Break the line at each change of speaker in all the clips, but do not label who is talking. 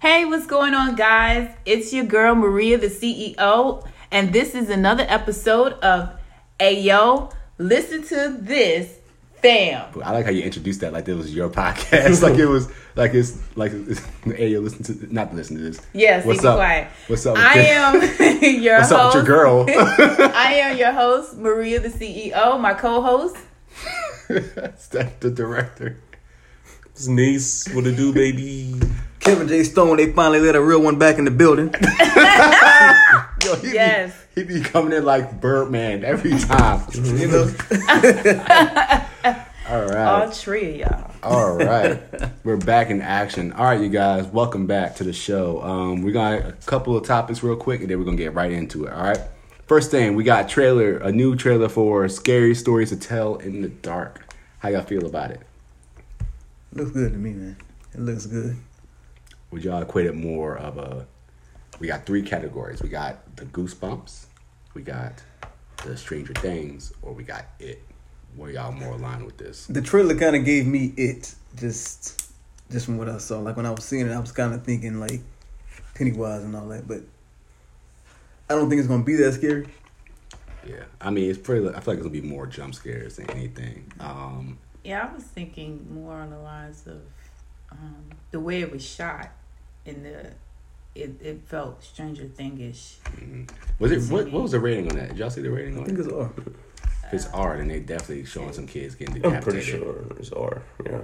Hey, what's going on, guys? It's your girl Maria, the CEO, and this is another episode of Ayo. Listen to this, fam.
I like how you introduced that like it was your podcast. like it was like it's like it's, hey, you listen to not listen to this.
Yes,
What's
be
up?
quiet.
What's up? with
I
this?
am your
What's
host.
up with your girl?
I am your host, Maria, the CEO. My co-host.
Steph, the director.
It's nice. What it do, baby?
Kevin J. Stone, they finally let a real one back in the building.
Yo, he
Yes.
Be, he be coming in like Birdman every time.
You know?
All
All
right,
three of y'all.
all right. We're back in action. All right, you guys, welcome back to the show. Um, we got a couple of topics real quick, and then we're gonna get right into it. All right. First thing, we got trailer, a new trailer for "Scary Stories to Tell in the Dark." How y'all feel about it?
looks good to me, man. It looks good.
would y'all equate it more of a we got three categories we got the goosebumps we got the stranger things or we got it were y'all more aligned with this
The trailer kind of gave me it, just just from what I saw. Like when I was seeing it, I was kind of thinking like Pennywise and all that, but I don't think it's gonna be that scary.
yeah i mean it's pretty i feel like it'll be more jump scares than anything um
Yeah, I was thinking more on the lines of um, the way it was shot, and the it, it felt Stranger Thingish.
was it what, what was the rating on that did y'all see the rating
I
on
think
it
it's oh, R.
if it's r then they definitely showing some kids getting
I'm
decapitated
pretty sure it's R. Yeah,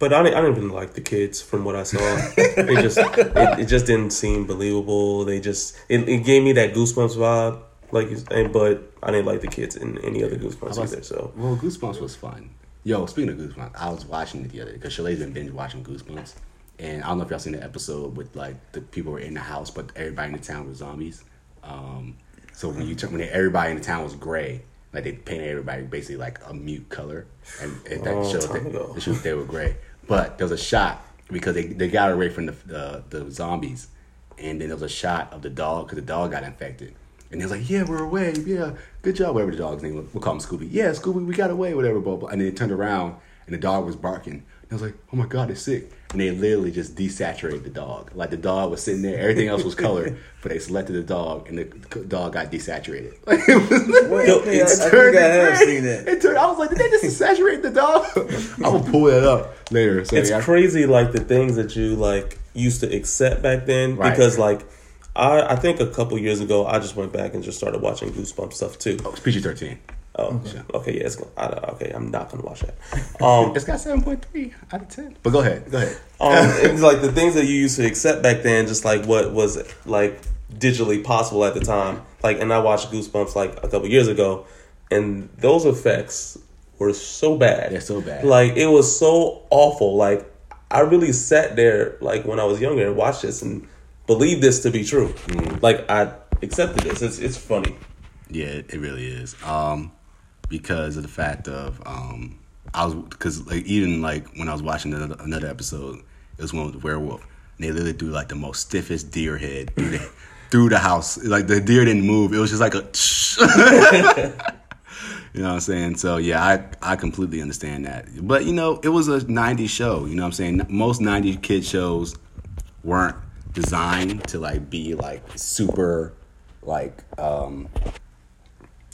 but I didn't, I didn't even like the kids from what I saw. they just it, it just didn't seem believable. They just it, it gave me that goosebumps vibe. Like, you- and, but I didn't like the kids in any other goosebumps
was-
either. So
well goosebumps was fun yo speaking of goosebumps i was watching it the other because shalee's been binge watching goosebumps and i don't know if y'all seen the episode with like the people were in the house but everybody in the town was zombies um so when you turn when everybody in the town was gray like they painted everybody basically like a mute color and, and that
Oh,
showed
time
that,
ago.
the shoot they were gray but there was a shot because they, they got away from the, the the zombies and then there was a shot of the dog because the dog got infected and they was like, yeah, we're away. Yeah, good job. Whatever the dog's name was. We'll call him Scooby. Yeah, Scooby, we got away, whatever, blah, blah. And then it turned around and the dog was barking. And I was like, oh my God, it's sick. And they literally just desaturated the dog. Like the dog was sitting there, everything else was colored, but they selected the dog and the c- dog got desaturated. Like, it was
Well,
Yo,
I think I, I
it's
think
turned
I have
gray.
seen that.
It turned, I was like, did they just saturate the dog? I will pull that up later. So
it's
yeah, I-
crazy like the things that you like used to accept back then
Right.
because like I, I think a couple years ago I just went back and just started watching Goosebumps stuff too.
oh, it's PG 13.
Oh, okay, yeah, it's gonna, I, don't- okay. I'm not gonna watch that. Um,
It's got 7.3 out of 10. But go ahead. Go ahead.
um, it's like the things that you used to accept back then, just like what was like digitally possible at the time. Like, and I watched Goosebumps like a couple years ago, and those effects were so bad.
They're so bad.
Like it was so awful. Like I really sat there like when I was younger and watched this and believed this to be true.
Mm-hmm.
Like I accepted this. It's it's funny.
Yeah, it it really is. Um, because of the fact of um, I was because like even like when I was watching another, another episode, it was one with the werewolf. And they literally threw like the most stiffest deer head through the, through the house. Like the deer didn't move. It was just like a. You know what I'm saying? So yeah, I I completely understand that. But you know, it was a '90s show. You know what I'm saying? Most '90s kid shows weren't designed to like be like super like um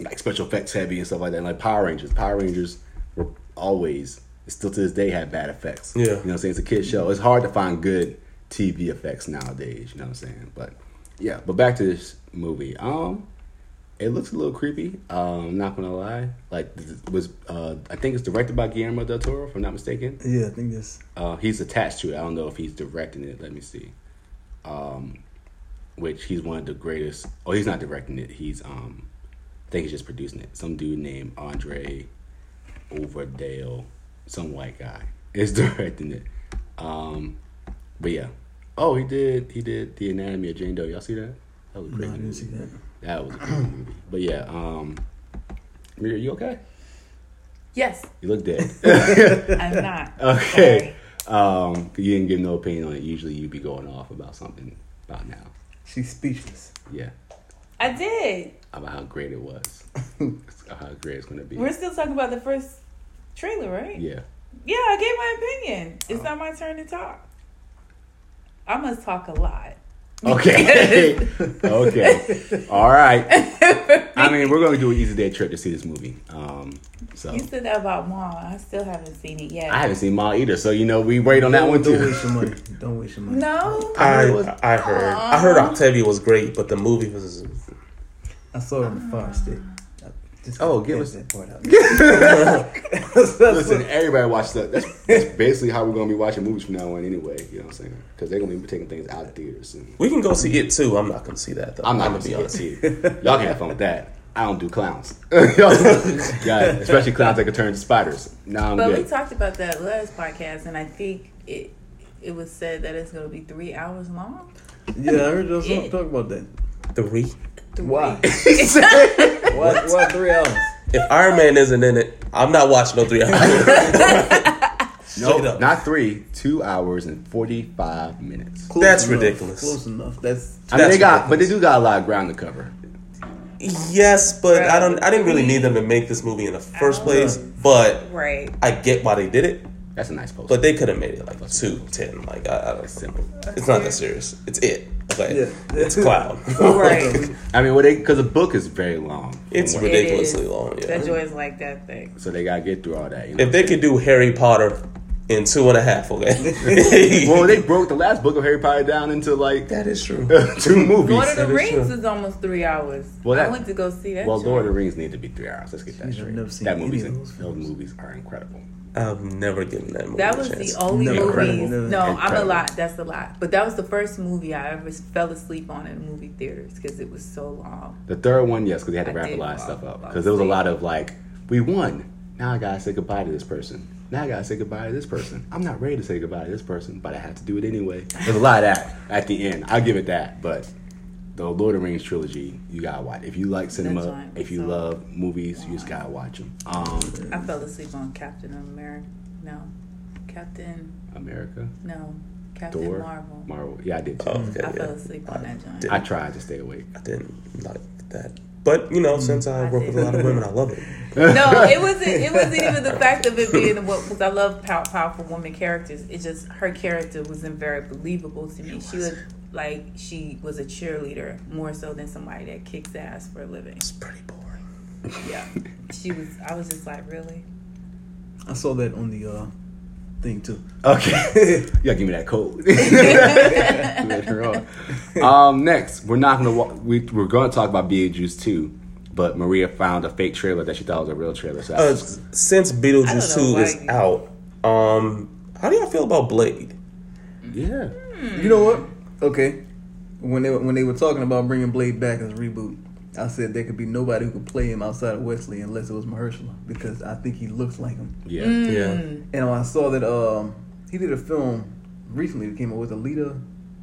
like special effects heavy and stuff like that. And, like Power Rangers, Power Rangers were always still to this day have bad effects.
Yeah.
you know what I'm saying? It's a kid show. It's hard to find good TV effects nowadays. You know what I'm saying? But yeah, but back to this movie. Um, it looks a little creepy. Um, not gonna lie. Like th- th- was uh, I think it's directed by Guillermo del Toro, if I'm not mistaken.
Yeah, I think that's
Uh, he's attached to it. I don't know if he's directing it. Let me see. Um, which he's one of the greatest. Oh, he's not directing it. He's um, I think he's just producing it. Some dude named Andre Overdale, some white guy, is directing it. Um, but yeah. Oh, he did. He did the Anatomy of Jane Doe. Y'all see that? That was a
no,
great
I didn't see
movie.
that.
That was a great movie. But yeah. Um, Maria, you okay?
Yes,
You look dead.
I'm not.
Okay. Um, you didn't give no opinion on it. Usually, you'd be going off about something about now.
She's speechless.
Yeah,
I did.
about how great it was, how great it's gonna be.
We're still talking about the first trailer, right?
Yeah. Oh.
Yeah, I gave my opinion. It's not my turn to talk. I must talk a lot.
Okay. okay. All right. I mean, we're going to do an easy day trip to see this movie. Um, so
You said that about Mom. I still haven't seen it yet.
I haven't seen Mall either, so you know we wait on that
don't,
one
don't
too.
waste your money. Don't waste your money.
no.
I I heard I heard Octavia was great, but the movie was
I saw it on the fire stick. I just-
Oh, give
that-
us-
that part out. That's- that's-
Listen, everybody watch that. That's, that's basically how we're going to be watching movies from now on anyway. You know what I'm saying? Because they're going to be taking things out of theaters soon.
We can go see it too. I'm not gonna see that though.
I'm not going
gonna
to be honest here. Y'all can have fun with that. I don't do clowns. yeah, especially clowns that can turn into spiders. Nah, I'm
But we
good.
talked about that last podcast, and I think it it was said that it's going to be three hours long.
yeah, I heard y'all some- talk about that.
Three.
Three.
Why? Why, why three hours?
If Iron Man isn't in it, I'm not watching no three hours. Straight
no,
up.
not three, two hours and 45 minutes.
Close
That's
enough.
ridiculous.
Close enough. That's
I mean,
That's
they got, but they do got a lot of ground to cover.
yes, but I don't. I didn't really need them to make this movie in the first place. But
Right.
I get why they did it.
That's a nice post.
But they could have made it like two ten. Like I, I don't. It's not that serious. It's it. Like
Yeah.
it's Cloud.
Right.
I mean, well, they because the book is very long,
It's
From what-
ridiculously
It is.
long.
That
Yeah.
joy is like that thing.
so they gotta get through all that. You know?
If they could do Harry Potter in two and a half, okay.
well, they broke the last book of Harry Potter down into like
that is true.
two movies.
Lord of the
that is
Rings
true.
is almost three hours.
Well,
I
that-
went to go see that.
well,
joint.
Lord of the Rings need to be three hours. Let's get that
I've
straight.
never seen
that
any
movie's
of
in-
those
those, movies are incredible.
I've never given that movie.
That
a
was
chance.
the only
No,
movie.
incredible.
No,
No,
I'm a
incredible.
lot. That's a lot. But that was the first movie I ever fell asleep on in movie theaters because it was so long.
The third one, yes, because they had to
I
wrap a
did
lot of
fall-
stuff up
fall
because there was a
asleep.
lot of like, we won. Now I gotta say goodbye to this person. Now I gotta say goodbye to this person. I'm not ready to say goodbye to this person, but I have to do it anyway. There's a lot of that at the end. I'll give it that, but. The Lord of the Rings trilogy, you gotta watch. If you like cinema,
right.
if you
So-
love movies, you just gotta watch them. Um,
I fell asleep on Captain America. No, Captain.
America,
No, Captain
Thor,
Marvel.
Marvel. Yeah, I did too.
Oh, okay,
I
yeah.
fell asleep on that joint.
did.
I tried to stay awake.
I didn't like that. But you know, since I,
I
work with
did.
a lot of women, I love it.
no, it wasn't. It wasn't even the fact of it being what because I love pow- powerful woman characters. It just her character wasn't very believable to me. She was like she was a cheerleader more so than somebody that kicks ass for a living.
It's pretty boring.
Yeah, she was. I was just like, really?
I saw that on the uh, thing too.
Okay. yeah, give me that code. Later on. Um, next, we're not gonna wa- we we're gonna talk about Beetlejuice two, but Maria found a fake trailer that she thought was a real trailer. So
Oh,
Uh,
that's
since Beetlejuice
I don't know
Two
why
is
you-
out, um, how do y'all feel about Blade?
yeah,
Hmm.
You know what? Okay, when they when they were talking about bringing Blade back as a reboot, I said there could be nobody who could play him outside of Wesley unless it was Mahershala because I think he looks like him.
yeah.
Mm.
Yeah,
And I saw that um, he did a film recently that came out with Alita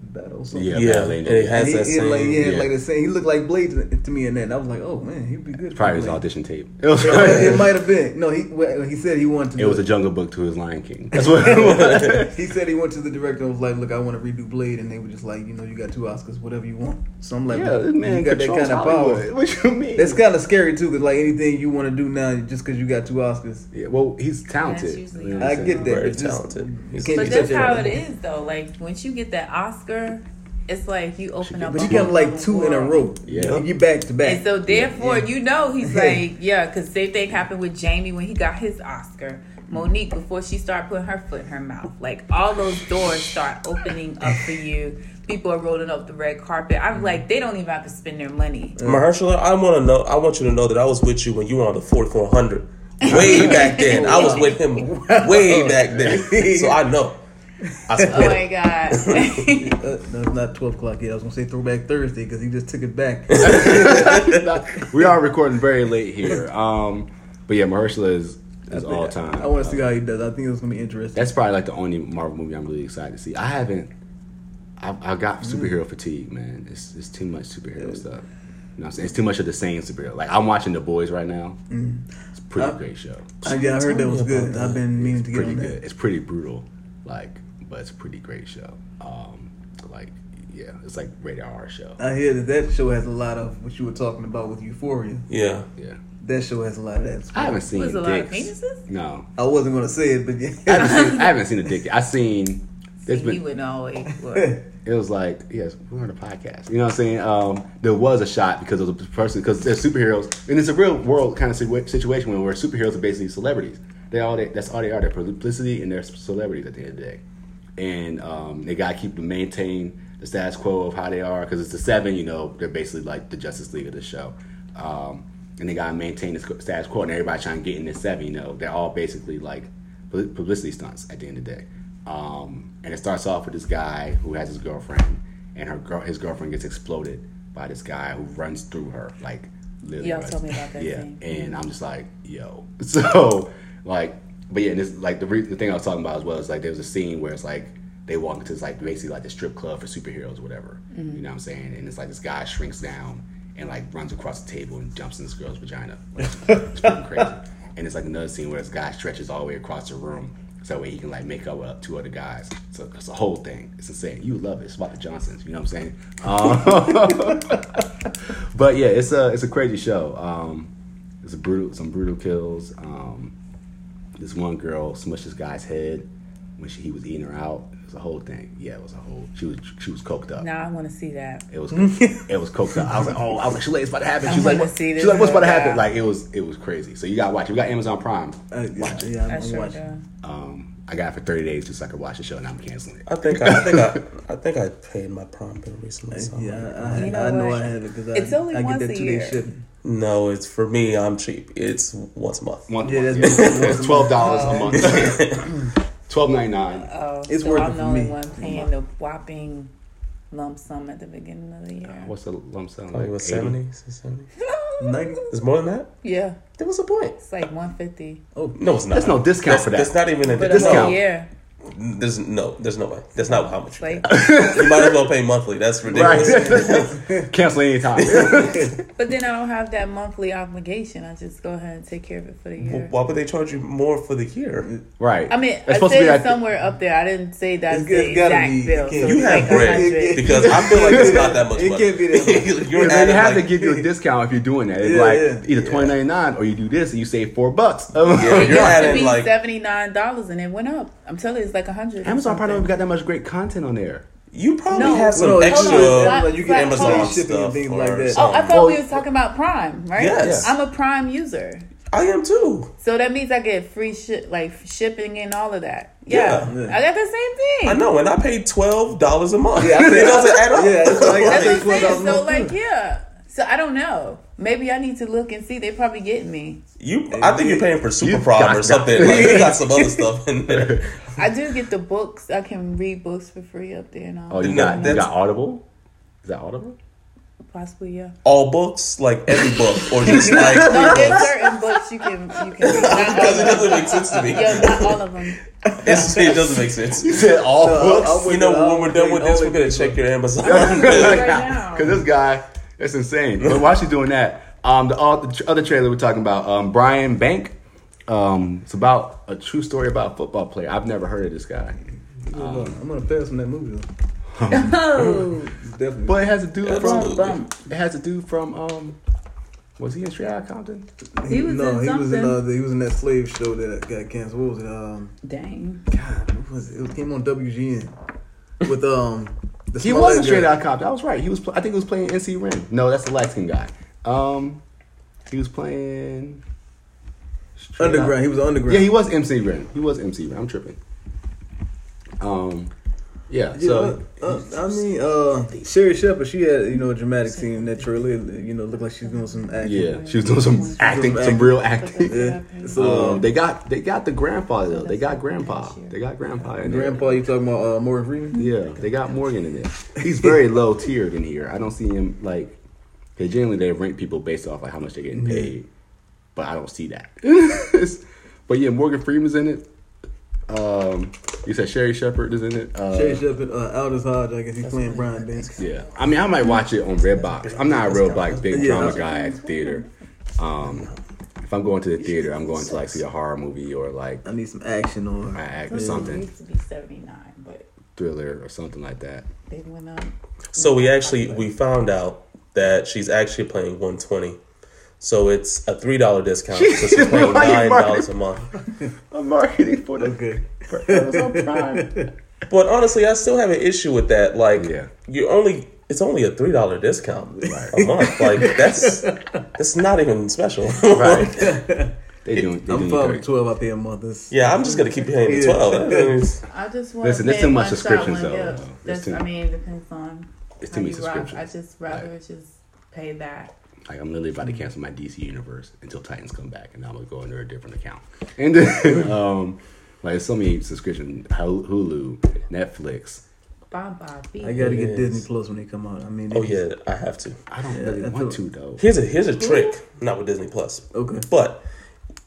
Battle. or something.
Yeah,
yeah.
Blade,
It
yeah.
And
has
he,
that
he had
same.
like, he had
yeah.
like the same. He looked like Blade to, to me in that. And I was like, oh man, he'd be good. for
Probably his
Blade.
audition tape. It was,
it might have been. No, he well, he said he wanted to.
it
do
was a Jungle Book to his Lion King. That's what it was.
he said he went to the director and was like, "Look, I want to redo Blade," and they were just like, "You know, you got two Oscars, whatever you want." So I'm like,
yeah, this man
"You got that
controls
kind of
Hollywood.
power."
What you mean?
That's kind of scary too, because like anything you want to do now, just because you got two Oscars,
yeah, well, he's talented.
That's usually-
You know what I'm
I
saying?
get that.
Very
but just-
talented. He's-
can't
But
you
that's
touch
how it
everything?
is though. Like once you get that Oscar, it's like you open up.
But
a
you got
whole
like
other
two in a
world.
row.
Yeah.
you back to back.
And so therefore,
Yeah.
you know he's like, yeah, because same thing happened with Jamie when he got his Oscar. Monique before she started putting her foot in her mouth. Like all those doors start opening up for you. People are rolling up the red carpet.
Mm-hmm.
I'm like, they don't even have to spend their money.
Mahershala, I want to know. I want you to know that I was with you when you were on the Ford 400. Way back then, I was with him way back then, so I know. I
Oh
support.
my god.
Uh, no, it's not twelve o'clock yet. I was gonna say Throwback Thursday because he just took it back.
we are recording very late here. Um, but yeah, Mahershala is, is all time.
I want to see how he does. I think it's gonna be interesting.
That's probably like the only Marvel movie I'm really excited to see. I haven't. I, I got
Mm.
superhero fatigue, man. It's it's too much superhero stuff. You know what I'm saying? It's too much of the same superhero. Like I'm watching The Boys right now.
Mm.
It's a pretty
I-
great show.
I, yeah, I heard that was
Tell me about
good. I've been meaning to Uh, get
Pretty
on
good.
that.
It's pretty brutal, like, but it's a pretty great show. Um, like, yeah, it's like rated R show.
I hear that that show has a lot of what you were talking about with Euphoria.
Yeah,
Yeah,
That show has a lot of that.
I haven't seen
Was a lot of
dicks.
penises?
No,
I wasn't gonna say it, but
I
yeah.
haven't seen. I haven't seen a dick. I seen There's
See,
been-
he wouldn't always. Well,
It was like, yes, we're on a podcast. You know what I'm saying? Um, there was a shot because of the person, because they're superheroes, and it's a real world kind of situa- situation where, where superheroes are basically celebrities. They all they, that's all they are. They're publicity and they're celebrities at the end of the day, and um, they gotta keep them maintain the status quo of how they are because it's the seven. You know, they're basically like the Justice League of the show, um, and they gotta maintain the squ- status quo. And everybody trying to get in the seven. You know, they're all basically like pu- publicity stunts at the end of the day. Um, and it starts off with this guy who has his girlfriend, and her girl, his girlfriend gets exploded by this guy who runs through her, like literally.
Y'all
runs-
told me about that
Yeah,
scene.
and I'm just like, yo. So, like, but yeah, and this like the, re- the thing I was talking about as well is like there was a scene where it's like they walk into this like basically like the strip club for superheroes, or whatever. You know what I'm saying? And it's like this guy shrinks down and like runs across the table and jumps in this girl's vagina. Like, it's pretty crazy. And it's like another scene where this guy stretches all the way across the room so that way he can like make up with two other guys. So it's a whole thing. It's insane. You love it. It's about the Johnsons. You know what I'm saying? Um, but yeah, it's a it's a crazy show. Um, it's a brutal some brutal kills. Um, this one girl smushed this guy's head when she, he was eating her out. It was a whole thing. Yeah, it was a whole. She was she was coked up.
now I want to see that.
It was it was coked up. I was like, oh, I was like, Shalae, it's about to happen. She was like,
wanna
what?
see
she
this
was like, what's about to
go
happen?
down.
Like it was it was crazy. So you gotta watch. it. We got Amazon Prime.
Uh, yeah,
Watch it.
yeah, I'm,
I
I'm
sure
watching.
do.
Um, I got it for thirty days just so I could watch the show, and I'm canceling it.
I think I, I think I, I think I paid my prom bill recently. So I'm
Yeah,
like,
I, I,
You know
I know
what?
I have it because I,
It's only
I
once
get that
a
two
year.
day shipping.
no, it's for me. I'm cheap. It's once a month.
One
Yeah,
month,
that's-
yeah. it's twelve dollars a month. Twelve ninety nine.
Oh,
It's
so
worth it
I'm
for
the only
me.
one paying the whopping lump sum at the beginning of the year.
What's the lump sum?
Probably was
80?
seventy. is it 70?
Nike?
It's more than that.
yeah,
There was a point.
it's like 150.
No, it's not.
Oh. There's no discount
That's-
for that.
That's not even a
But a
discount. Mm,
whole
Discount.
year,
There's no. There's no way. That's not how much.
it's
You,
like.
pay. You might as well pay monthly. That's ridiculous.
Right. Cancel anytime.
But then I don't have that monthly obligation. I just go ahead and take care of it for the year.
Well, Why would they charge you more for the year?
right.
I mean,
It's
I
supposed to be
said
like-
somewhere up there. I didn't say that's
It's-
the
it's gotta
exact
be-
bill. So
it can't-
it's
You have
like
bread.
100.
Because I feel like it's not that much
It
money.
can't be that
You're
Yeah, they
adding,
have
like-
to give you a discount if you're doing that. It's
Yeah,
like
yeah.
either twenty ninety nine or you do this and you save four bucks.
It
you're
used to
adding,
be
like-
seventy nine dollars, and it went up. I'm telling you, it's like a hundred.
Amazon probably don't even got that much great content on there.
You probably
No.
have some
Well, no,
extra
hold on. Like,
you get
like,
Amazon
hold on.
shipping and
stuff
things
or
like that.
Oh, I
something.
thought we
Well-
was talking about Prime, right?
Yes.
I'm a Prime user,
I am too.
so that means I get free shit, like shipping and all of that.
Yeah.
Yeah,
Yeah.
I got the same
I
thing.
know, and I paid twelve dollars a month.
Yeah, I
it
think-
doesn't add up.
Yeah, that's what I- I
That's
think
what I'm saying.
$12
So
more.
like, yeah. So I don't know. Maybe I need to look and see. They probably getting me.
You, I think you're paying for Super
You
Prom or
got
something. Like, you got some other stuff in there.
I do get the books. I can read books for free up there and all.
Oh, you
No,
got you
that's-
got Audible. Is that Audible?
Possibly, yeah.
All books, like every book, or just like
No, there's certain books you can you can read. Not all
because it
of them.
doesn't make sense to me.
Yeah, not all of them.
It's- it doesn't make sense.
You said all
books?
books.
I'll-
You know, when we're done with this, we're gonna check your Amazon.
now.
Because this guy, that's insane. But while she's doing that, um, the, all, the tr- other trailer we're talking about, um, Brian Bank. Um, it's about a true story about a football player. I've never heard of this guy,
I'm gonna pass on that movie though.
Oh,
It's definitely.
but it has a dude from,
Absolutely.
from it has a dude from um, was he in Straight Outta Compton?
he was
no,
in
he was in
something.
uh, the- he was in that slave show that got canceled. What was it? Um,
dang.
God, what was it? It came on WGN with um. The
He
small
was
ass
a straight
guy.
out cop. I was right. He was. Pl- I think he was playing NC Ren. No, that's the light skin guy. Um, he was playing Straight Outta-
underground. He was underground.
Yeah, he was MC Ren. He was MC Ren. I'm tripping. Um, yeah.
Yeah,
so
uh, uh, I mean, uh, Sherry Shepard, she had you know a dramatic scene in that trailer. You know, looked like she's doing some acting.
yeah, she was doing some acting, some
acting.
real acting.
Yeah. So
Um, they got they got the grandfather though. They got grandpa. They got grandpa in there.
grandpa, you talking about uh, Morgan Freeman?
Yeah, they got Morgan in there. He's very low tiered in here. I don't see him like. Cause generally they rank people based off like how much they're getting paid, but I don't see that. but yeah, Morgan Freeman's in it. Um, you said Sherry Shepard is in it. Uh,
Sherry Shepard, uh, Aldous Hodge, I guess he's playing Brian Banks.
Yeah, I mean, I might watch it on Redbox. I'm not a real like big
Yeah.
drama guy at the theater. Um, if I'm going to the theater, I'm going to like see a horror movie or like
I need some action on
an
her.
act or something
used to be 79, but
thriller or something like that.
they went up.
So we actually we found out that she's actually playing 120. So it's a three dollar discount. So she's paying
Why you
nine dollars a month.
I'm marketing for the
Okay.
for Amazon Prime.
But honestly, I still have an issue with that. Like,
Yeah.
you only it's only a three dollar discount a month. Like that's that's not even special.
Right. they doing. They
I'm
doing
five
dirty.
twelve. I pay a month. It's,
yeah, I'm just gonna keep paying the
Yeah.
twelve. I mean, it's-
I just want
Listen,
to
there's too much subscriptions, though. There's
That's,
too-
I mean, it depends on
It's
how
too many
you rock. I
subscriptions.
just rather just pay that.
Like I'm literally about to cancel my DC universe until Titans come back, and I'm gonna go under a different account. And then, um, like so many subscriptions: Hul- Hulu, Netflix.
Bomb Bob.
I gotta get
Yes.
Disney Plus when they come out. I mean,
oh yeah, I have to.
I don't
Yeah,
really
that's
want
a-
to though.
Here's a here's a trick. Not with Disney Plus,
Okay.
but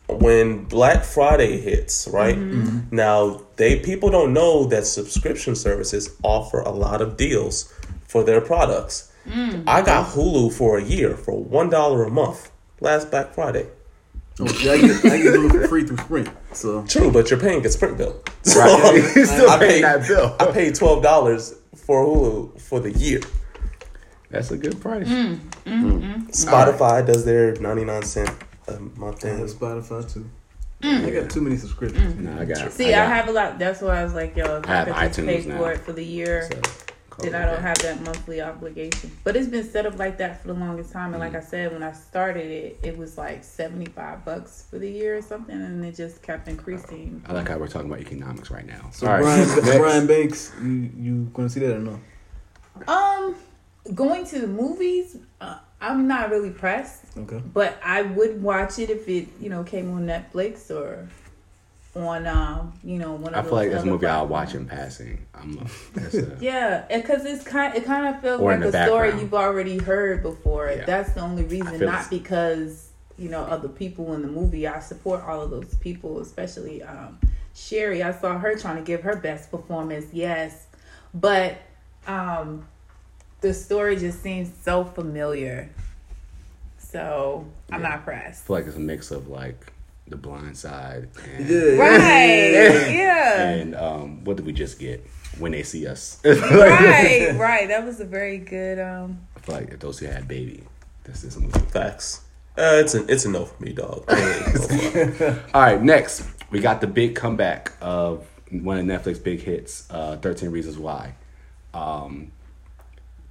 when Black Friday hits, right now they people don't know that subscription services offer a lot of deals for their products. I got Hulu for a year for one dollar a month last Black Friday.
Oh, yeah, I get I get Hulu for free through Sprint. So
True, but you're paying a Sprint bill. So
You're still
I
paying
paid-
that bill.
I paid twelve dollars for Hulu for the year.
That's a good price.
Hmm.
Spotify does their ninety nine cent a month
I have
thing.
Spotify too. I got too many subscriptions.
No, I got.
See, I
got-
have a lot. That's why I was like, yo, if
I
I,
have
could just pay
iTunes now.
for it for the year,
so, call
then
it
I don't
back.
have that monthly obligation. But it's been set up like that for the longest time.
Mm.
And like I said, when I started it, it was like seventy five bucks for the year or something, and it just kept increasing.
I like how we're talking about economics right now.
So
All right,
Brian,
next.
Brian Banks, you you gonna see that or no?
Oh.
Um, going to the movies, uh, I'm not really pressed.
Okay.
But I would watch it if it, you know, came on Netflix or on, um, you know, one of
I
those
feel like that's a
other
movie I'll watch
platforms.
in passing. I'm a, that's a,
Yeah, because it's kind. It kind of feels
Or in
like a
the
story
background.
you've already heard before.
Yeah.
That's the only reason,
I feel
not
it's-
because you know other people in the movie. I support all of those people, especially um, Sherry. I saw her trying to give her best performance. Yes, but um, the story just seems so familiar. So I'm
Yeah.
not pressed.
I feel like it's a mix of like The Blind Side and,
Yeah.
Right. Yeah.
and um, what did we just get when they see us?
Right. Right. That was a very good. Um,
I feel like if those two had baby, that's this movie.
Facts. Uh, it's a it's a no for me, dog.
All right, next we got the big comeback of one of Netflix big hits, uh, Thirteen Reasons Why. Um,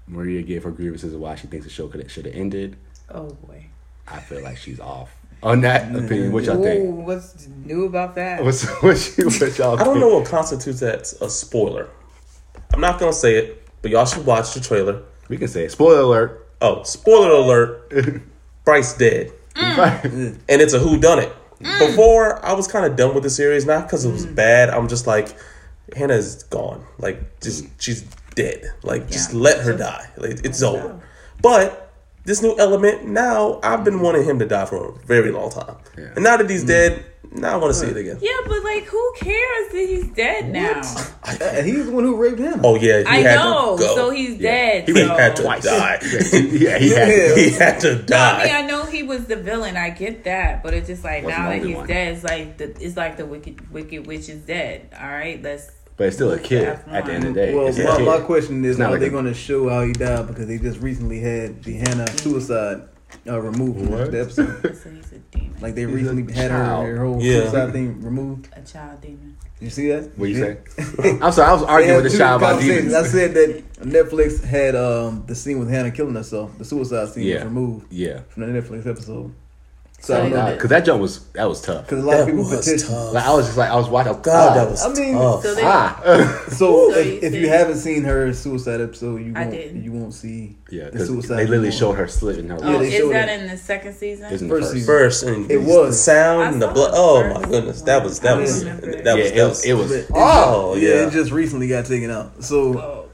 Maria gave her grievances of why she thinks the show could should have ended.
oh boy.
I feel like she's off on that opinion. What y'all
Ooh,
think?
what's new about that?
What's what you what y'all?
I don't
think?
know what constitutes that a spoiler. I'm not gonna say it, but y'all should watch the trailer.
We can say it. spoiler alert.
Oh, spoiler alert! Bryce dead, and it's a who done it. Before I was kind of done with the series, not because it was bad. I'm just like Hannah is gone. Like just she's dead. Like just
Yeah.
let her die. Like it's over. But this new element now, I've been wanting him to die for a very long time,
Yeah.
and now that he's dead, now I want to see it again.
Yeah, but like, who cares that he's dead now?
And he's the one who raped him.
Oh yeah, he
I
had
know,
to go.
so he's dead.
He
so.
had to
Twice.
die.
yeah, he had. to go.
he had to
I mean,
die.
I know he was the villain. I get that, but it's just like
Wasn't
now
the
that
only
he's
one.
dead, it's like the it's like the wicked wicked witch is dead. All right, let's.
But it's still a kid
That's
at the end of the day.
Well,
it's a
my,
kid.
my question
It's
is,
not
are
like
they
a-
going to show how he died because they just recently had the Hannah suicide uh, removed from
What?
the episode?
Listen, he's a demon,
Like they
He's a
recently had her,
child.
her whole
Yeah.
suicide thing removed.
a child demon.
You see that?
what you say? I'm sorry, I was
They had
arguing with the
two
child about
conversations.
demons.
I said that Netflix had um, the scene with Hannah killing herself, the suicide scene
Yeah.
was removed
Yeah,
from the Netflix episode. So I don't know
because that jump was that was tough.
because a lot
That
of people
was
petitioned.
tough.
Like I was just like I was watching. I was,
God,
ah,
that was
I mean-
tough.
So they,
ah.
So
So you
if, if you
think-
haven't seen her suicide episode, you
I
won't
didn't.
you won't see
yeah,
the
because
suicide.
they literally
anymore.
showed her slit in her.
oh,
they
wrist.
is
showed
that
it.
in the second season?
Isn't the
First
first.
season.
first and
It
the
was.
sound
I
and the
saw
blood.
the
Oh
first
my goodness, that was that
one.
was
I remember
that
yeah,
was
it was. It
that was.
was.
But it-
Oh
yeah,
yeah,
it just recently got taken out. So
Whoa.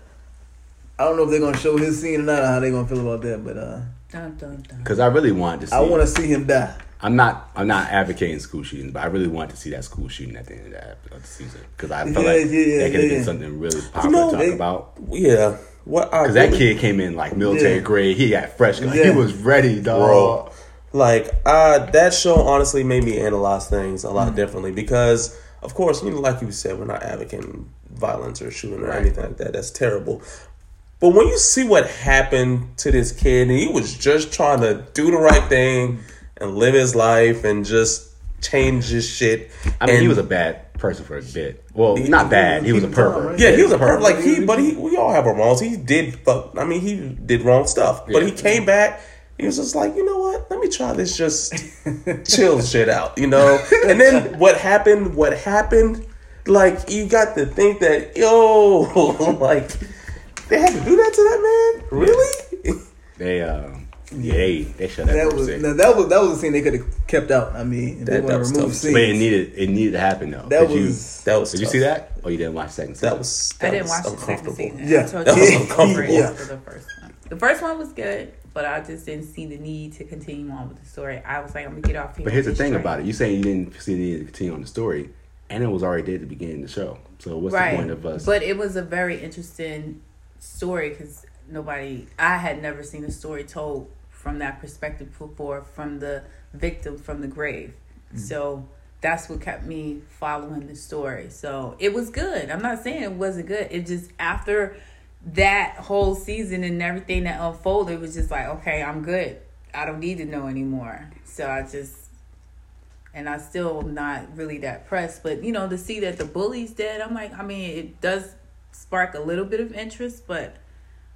I don't know if they're gonna show his scene or not, or how they're gonna feel about that. But uh,
Dun, dun, dun.
Because I really wanted to see.
I want to see him die.
I'm not. I'm not advocating school shootings, but I really wanted to see that school shooting at the end of that of the season because I felt
Yeah,
like
yeah, yeah,
that could have
yeah.
been something really popular to
know,
talk
they-
about.
yeah. What I
Because that
really-
kid came in like military
Yeah.
grade. He got fresh. Like,
Yeah.
He was ready, dog.
bro. Like uh, that show honestly made me analyze things a
Mm-hmm.
lot differently because, of course, you know, like you said, we're not advocating violence or shooting or
Right.
anything like that. That's terrible. But when you see what happened to this kid, and he was just trying to do the right thing and live his life and just changes shit.
I mean,
and-
he was a bad person for a bit. Well, not bad. He was a pervert.
Yeah, he was a perv. Like he, but he, we all have our wrongs. He did, fuck I mean, he did wrong stuff. But he
Yeah.
came back. He was just like, you know what? Let me try this. Just chill shit out, you know. And then what happened? What happened? Like you got to think that yo, like they had to do that to that man. Really?
They, uh, yeah, they, they shut that,
That
that
was now, that was that was a scene they could have kept out. I mean, if they
That-
want
that
to
was
remove
tough.
scenes.
But it needed, it needed to happen though.
that
Did you-
was
That was.
Did you
tough.
see that? Oh, you didn't watch second season.
That was. That
I didn't
was
watch the second
uncomfortable.
season.
Yeah,
I told
that
you
was
I was
uncomfortable.
yeah. for the first one. The first one was good, but I just didn't see the need to continue on with the story. I was like, I'm gonna get off here.
But here's the thing about it: you saying you didn't see the need to continue on the story, and it was already dead at the beginning of the show. So what's
right?
the point of us?
But it was a very interesting story because nobody, I had never seen a story told from that perspective before, from the victim from the grave.
Mm.
So that's what kept me following the story. So it was good. I'm not saying it wasn't good. It just after that whole season and everything that unfolded, it was just like, okay, I'm good. I don't need to know anymore. So I just and I still am not really that pressed. But you know, to see that the bully's dead, I'm like, I mean, it does spark a little bit of interest, but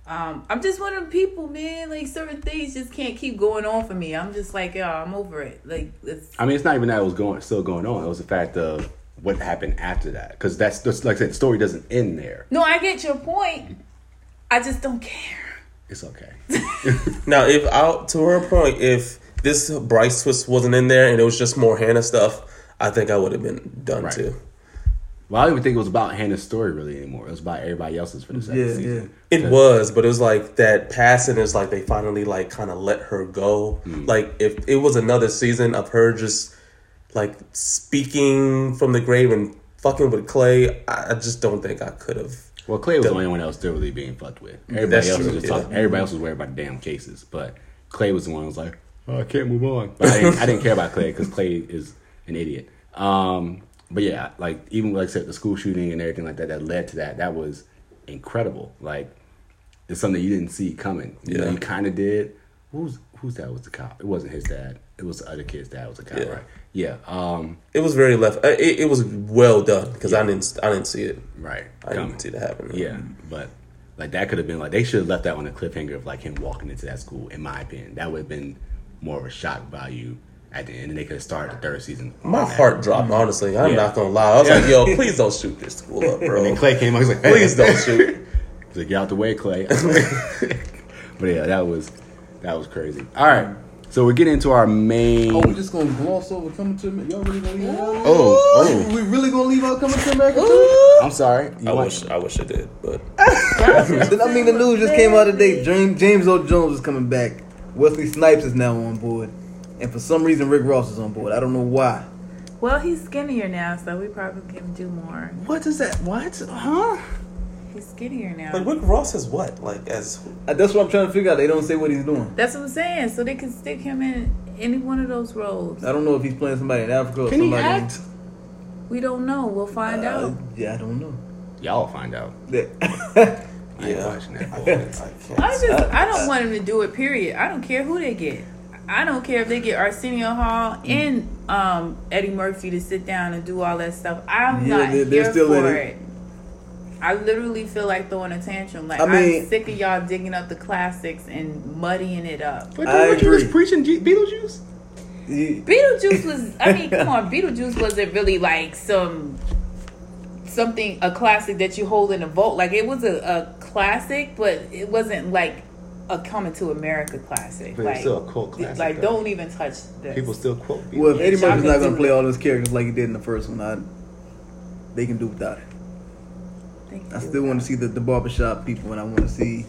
um, I'm just one of the people, man. Like certain things just can't keep going on for me. I'm just like, yo, I'm over it. Like it's
I mean, it's not even that it was going still going on. It was the fact of what happened after that, because that's that's- like I said, the story doesn't end there.
no, I get your point. I just don't care.
It's okay.
Now, if out to her point, if this Bryce twist wasn't in there and it was just more Hannah stuff, I think I would have been done
Right.
too.
Well, I don't even think it was about Hannah's story really anymore. It was about everybody else's for the second
Yeah,
season.
yeah.
It
Good.
was, but it was like that passing is like they finally like kind of let her go. Like if it was another season of her just like speaking from the grave and fucking with Clay, I, I just don't think I could have.
Well, Clay was the only one that was still really being fucked with. Everybody
That's
else
true,
was just
yeah.
talking. Everybody else was worried about damn cases, but Clay was the one who was like, oh, "I can't move on." But I didn't, I didn't care about Clay because Clay is an idiot. Um, but yeah, like even like I said, the school shooting and everything like that that led to that that was incredible. Like it's something you didn't see coming. You know,
Yeah.
you kind of did. Who's whose dad was the cop? It wasn't his dad. It was the other kid's dad was the cop,
Yeah.
right? Yeah. Um,
It was very left. uh, It, it was well done because I didn't. I didn't see it.
right.
I
Coming.
didn't see that happen.
Yeah, Mm-hmm. but like that could have been like they should have left that on a cliffhanger of like him walking into that school. In my opinion, that would have been more of a shock value at the end, and they could have started the third season.
My
on that.
heart dropped,
Mm.
honestly. I'm
Yeah.
not gonna lie. I was like, yo, please don't shoot this school up, bro.
And Clay came. I was like,
please don't shoot.
He's like, get out the way, Clay. but yeah, that was that was crazy. All right, so we're getting into our main.
Oh, we
Oh,
just gonna gloss over coming to America. Y'all really gonna leave? out?
oh,
We really gonna leave out coming to America?
I'm sorry. You
I
want-
wish I wish I did, but
Then, I mean, the news just came out today. James James Earl Jones is coming back. Wesley Snipes is now on board, and for some reason, Rick Ross is on board. I don't know why.
Well, he's skinnier now, so we probably can do more.
What is that? What? Huh?
He's skinnier now.
like Rick Ross is what? Like as
Uh, That's what I'm trying to figure out. They don't say what he's doing.
That's what I'm saying. So they can stick him in any one of those roles.
I don't know if he's playing somebody in Africa or
Can he
somebody. in-
act?
We don't know. We'll find
Uh,
out.
yeah, I don't know.
Y'all find out.
That-
I ain't
Yeah.
watching that.
I can't. I can't.
I just I don't want him to do it. Period. I don't care who they get. I don't care if they get Arsenio Hall
Mm.
and um, Eddie Murphy to sit down and do all that stuff. I'm
Yeah,
not
they- they're
here
still in
for
it.
it. I literally feel like throwing a tantrum. Like
I mean-
I'm sick of y'all digging up the classics and muddying it up.
But
I
weren't you
agree.
just preaching G- Beetlejuice?
You-
Beetlejuice was. I mean, come on. Beetlejuice wasn't really like some something a classic that you hold in a vault. Like it was a, a classic, but it wasn't like a coming to America classic.
But it's
like
still a cult classic,
Like
though.
don't even touch this.
People still quote. Beetlejuice.
well, if Eddie
y'all
Murphy's not
can
gonna
do
play
it.
all his characters like he did in the first one, I, they can do without it.
Thank
I
you.
still want to see the, the barbershop people, and I want to see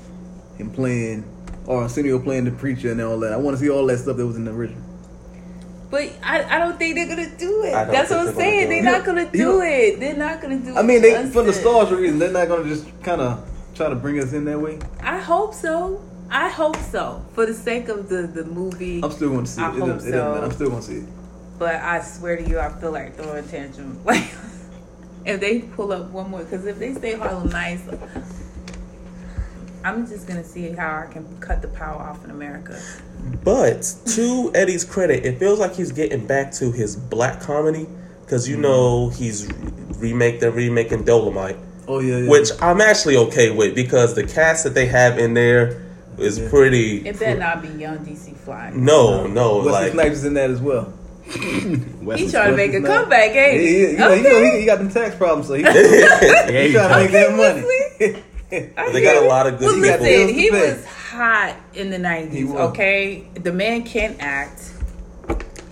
him playing, or Arsenio playing the preacher and all that. I want to see all that stuff that was in the original.
But I, I don't think they're gonna do it.
I don't
That's what
think they're
I'm
gonna
saying.
do it.
They're not gonna
You-
do it. They're not gonna do it.
I mean, they
justice.
from the stars reason they're not gonna just kind of try to bring us in that way.
I hope so. I hope so. For the sake of the the movie.
I'm still gonna see it.
I
it. doesn't-
hope
it doesn't matter.
so.
I'm still gonna see it.
But I swear to you, I feel like throwing a tantrum. Like, if they pull up one more, because if they say Harlem Nights, I'm just gonna see how I can cut the power off in America.
But to Eddie's credit, it feels like he's getting back to his black comedy because
Mm-hmm.
you know he's remake they're remaking Dolomite,
Oh yeah, yeah.
which I'm actually okay with because the cast that they have in there is
Yeah.
pretty.
It better not be young DC flying.
no, no,
Wesley
like
Snipes is in that as well.
West
He
is-
trying to make a
Wesley Snipes.
comeback,
Yeah,
ain't
yeah,
he?
you know, you know, he, he got them tax problems, so he, he
Yeah, he's
trying to make that money.
I
They got
hear
a
you.
lot of good
Well,
people.
listen, he
He was
was hot in the
He
nineties.
was.
Okay, the man can act.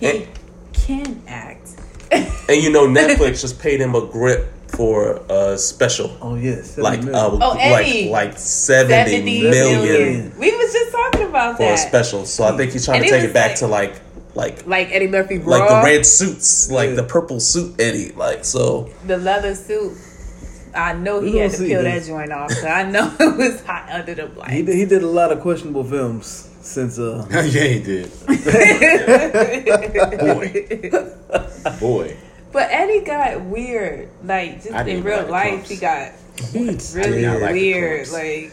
Eh.
He can act.
and you know Netflix just paid him a grip for a special.
Oh yes, seven
Like
million.
uh,
Oh,
like
Eddie.
like seventy
Seventy million.
million
We was just talking about
for a
that.
special, so I think he's trying
And
to
it
take
was
it back
like-
to like like
like Eddie Murphy,
like
raw,
the red suits, like
Yeah.
the purple suit Eddie, like so.
the leather suit. I know he
We
had
gonna
to
see
peel
this.
that joint off. So I know it was hot under the
he
black.
did, he did a lot of questionable films since uh
yeah, he did. Boy. Boy.
But Eddie got weird. Like just
I didn't
in
even
real
like the
life,
clumps.
he got
did
really
not like the
weird.
clumps.
Like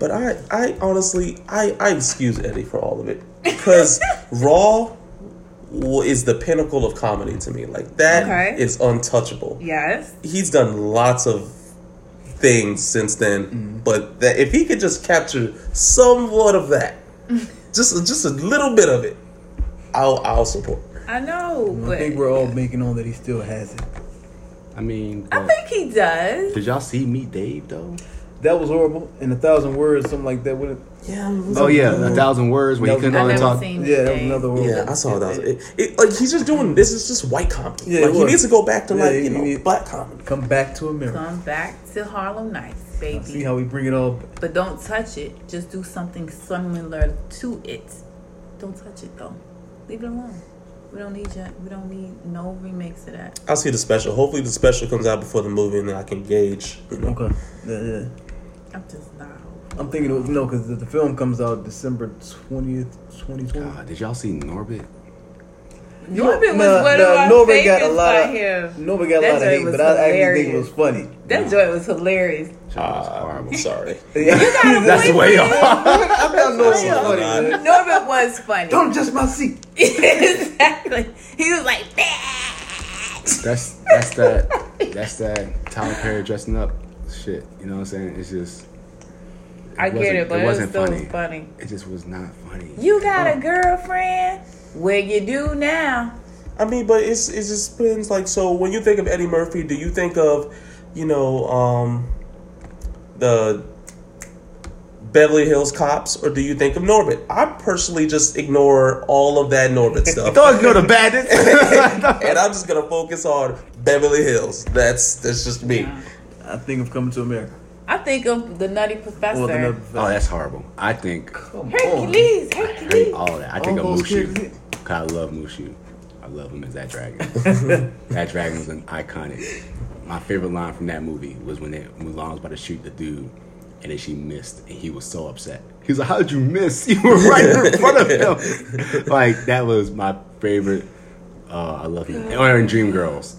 But I, I honestly, I, I excuse Eddie for all of it because Raw wa- is the pinnacle of comedy to me. Like that
Okay.
is untouchable.
yes,
He's done lots of things since then,
Mm-hmm.
but that if he could just capture somewhat of that, just just a little bit of it, I'll I'll support.
I know,
I
but
think we're all making on that he still has it.
I mean,
I
but-
think he does.
did y'all see Meet Dave though?
That was horrible. In a thousand words, something like that. Wouldn't,
Yeah.
Oh yeah, a thousand words when he
No,
couldn't
I
only
never
talk.
seen-
yeah, that was another horrible.
Yeah, I saw that. It, it, like he's just doing this is just white comedy.
Yeah, it
like he
was.
needs to go back to
Yeah,
like
he-
you know
he-
black comedy.
Come back to America.
Come back to Harlem Nights,
See
baby.
how we bring it all. back.
But don't touch it. Just do something similar to it. Don't touch it though. Leave it alone. We don't need your, we don't need no remakes of that.
I'll see the special. Hopefully the special comes out before the movie, and then I can gauge. You know.
Okay. Yeah, yeah.
I'm just not. hopeful.
I'm thinking it was no, because the, the film comes out December twentieth, twenty twenty.
God, did y'all see Norbit?
Norbit was
Nah,
one
nah,
of my
Norbit
favorites
got a lot
by
of
him.
Nobody got a
That
lot of
joint
hate,
was
but I actually think it
hilarious.
was funny.
That joy was hilarious.
Shit was horrible.
I'm sorry.
Uh, That's the way y'all.
I found Norbit
Oh,
funny.
God.
man.
Norbit was funny.
Don't adjust my seat.
exactly. He was like, "Ah."
That's that's that. That's that. Tyler Perry dressing up. Shit, you know what I'm saying? It's just.
I get
wasn't-
it, but it, was
wasn't
still
funny.
funny.
It just was not funny.
You got a girlfriend? Well, you do now.
I mean, but it's it just depends. Like, so when you think of Eddie Murphy, do you think of, you know, um, the Beverly Hills Cops, or do you think of Norbit? I personally just ignore all of that Norbit stuff.
Don't go to bandits.
and I'm just gonna focus on Beverly Hills. That's that's just me.
I think of coming to America.
I think of the Nutty Professor.
Well, the number-
Oh, that's horrible. I think
Come on.
Hercules,
I think
Hercules.
all of that. I think of
All those
Mushu.
kids.
'Cause I love Mushu. I love him as that dragon. that dragon was an iconic. My favorite line from that movie was when they, Mulan was about to shoot the dude, and then she missed, and he was so upset. He was like, "How did you miss? You were right in front of him." like that was my favorite. Uh, I love him. Or in Dreamgirls.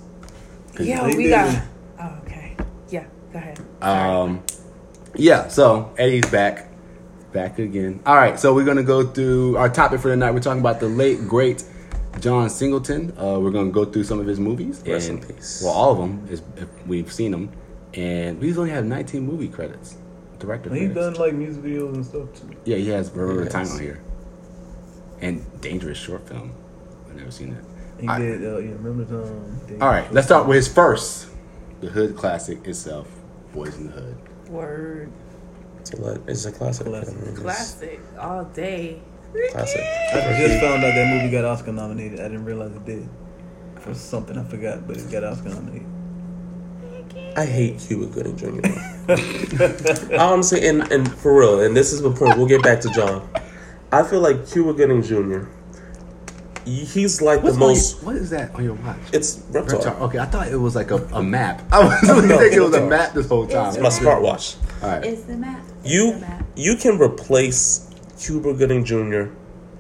Yeah,
They
we
did
got.
it.
Oh, okay. Yeah, go ahead.
Um, yeah, so Eddie's back. Back again. All right, so we're going to go through our topic for tonight. We're talking about the late, great John Singleton. Uh, we're going to go through some of his movies.
Rest
and-
in peace.
Well, all of them. Is, if we've seen them. And he's only had 19 movie credits, director
He
credits.
done like music videos and stuff too.
Yeah, he has River of Time
Yes.
on here. And Dangerous Short Film. I've never seen that.
He
I-
did. Uh, yeah, remember the time? they-
All right, let's start with his first, the Hood classic itself, Boys in the Hood.
Word.
It's a, lot- it's a classic.
Classic.
I mean, it's
Classic all day.
Classic.
I just found out that movie got Oscar nominated. I didn't realize it did. For something I forgot, but it got Oscar nominated.
I hate Cuba Gooding Jr. Honestly, and, and for real, and this is the point. We'll get back to John. I feel like Cuba Gooding Jr. He's like
What's
the
on
most.
your- what is that on your watch?
It's Reptar.
Retard. Okay, I thought it was like a, a map. I was really thinking it was a
retard.
map this whole time.
It's my smartwatch.
All right.
It's the map. It's the
You
map.
you can replace Cuba Gooding Jr.